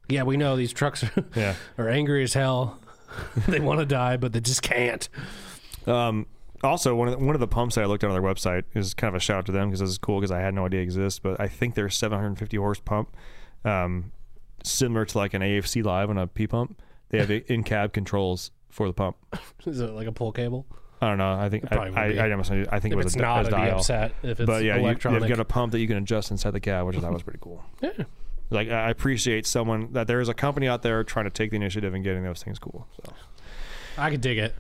Speaker 3: yeah. We know these trucks are,
Speaker 2: Yeah.
Speaker 3: are angry as hell. they want to die, but they just can't.
Speaker 2: Um, also, one of the, one of the pumps that I looked at on their website is kind of a shout out to them because this is cool because I had no idea it exists. But I think they're 750 horse pump, um, similar to like an AFC Live on a P pump. They have in cab controls for the pump.
Speaker 3: Is it like a pull cable?
Speaker 2: I don't know. I think I,
Speaker 3: probably
Speaker 2: I,
Speaker 3: would be.
Speaker 2: I, almost- I think it was
Speaker 3: If it's
Speaker 2: a, di-
Speaker 3: not,
Speaker 2: a
Speaker 3: I'd be
Speaker 2: dial.
Speaker 3: upset. If it's
Speaker 2: But yeah, you,
Speaker 3: electronic,
Speaker 2: have got a pump that you can adjust inside the cab, which I thought was pretty cool.
Speaker 3: Yeah.
Speaker 2: Like I I appreciate someone that there is a company out there trying to take the initiative and getting those things cool. So
Speaker 3: I could dig it.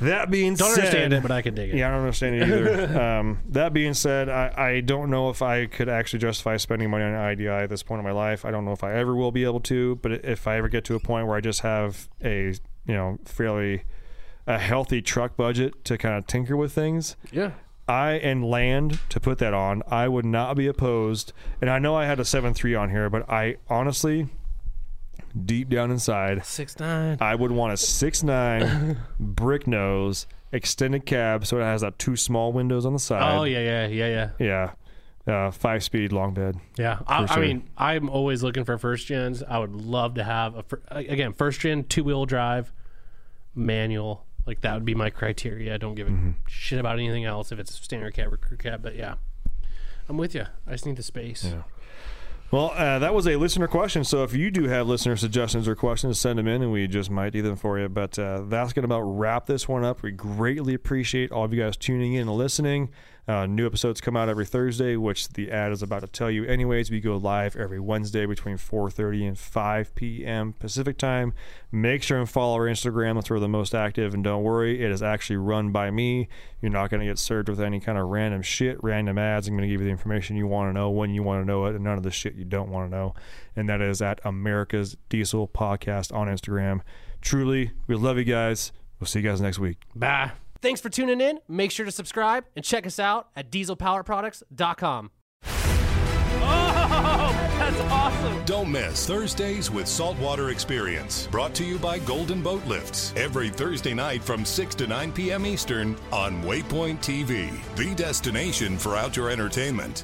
Speaker 2: that being
Speaker 3: Don't
Speaker 2: said,
Speaker 3: understand it, but I could dig it.
Speaker 2: Yeah, I don't understand it either. um, that being said, I, I don't know if I could actually justify spending money on an IDI at this point in my life. I don't know if I ever will be able to, but if I ever get to a point where I just have a you know fairly a healthy truck budget to kind of tinker with things,
Speaker 3: yeah.
Speaker 2: I and land to put that on, I would not be opposed. And I know I had a seven three on here, but I honestly, deep down inside,
Speaker 3: Six nine.
Speaker 2: I would want a six nine brick nose extended cab, so it has that two small windows on the side.
Speaker 3: Oh yeah, yeah, yeah, yeah.
Speaker 2: yeah, uh, five speed long bed.
Speaker 3: Yeah, I,
Speaker 2: For
Speaker 3: I
Speaker 2: sure.
Speaker 3: mean, I'm always looking for first gens. I would love to have a fir- again first gen two wheel drive, manual. Like that would be my criteria. I don't give a
Speaker 2: Mm-hmm.
Speaker 3: shit about anything else if it's standard cab or crew cab. But yeah, I'm with you. I just need the space.
Speaker 2: Well, uh, that was a listener question. So if you do have listener suggestions or questions, send them in, and we just might do them for you. But uh, that's going to about wrap this one up. We greatly appreciate all of you guys tuning in and listening. Uh, new episodes come out every Thursday, which the ad is about to tell you. Anyways, we go live every Wednesday between 4:30 and 5 p.m. Pacific time. Make sure and follow our Instagram. That's where we're the most active. And don't worry, it is actually run by me. You're not going to get served with any kind of random shit, random ads. I'm going to give you the information you want to know when you want to know it, and none of the shit you don't want to know. And that is at America's Diesel Podcast on Instagram. Truly, we love you guys. We'll see you guys next week.
Speaker 3: Bye. Thanks for tuning in. Make sure to subscribe and check us out at DieselPowerProducts.com.
Speaker 6: Oh, That's awesome.
Speaker 7: Don't miss Thursdays with Saltwater Experience, brought to you by Golden Boat Lifts, every Thursday night from 6 to 9 p.m. Eastern on Waypoint TV, the destination for outdoor entertainment.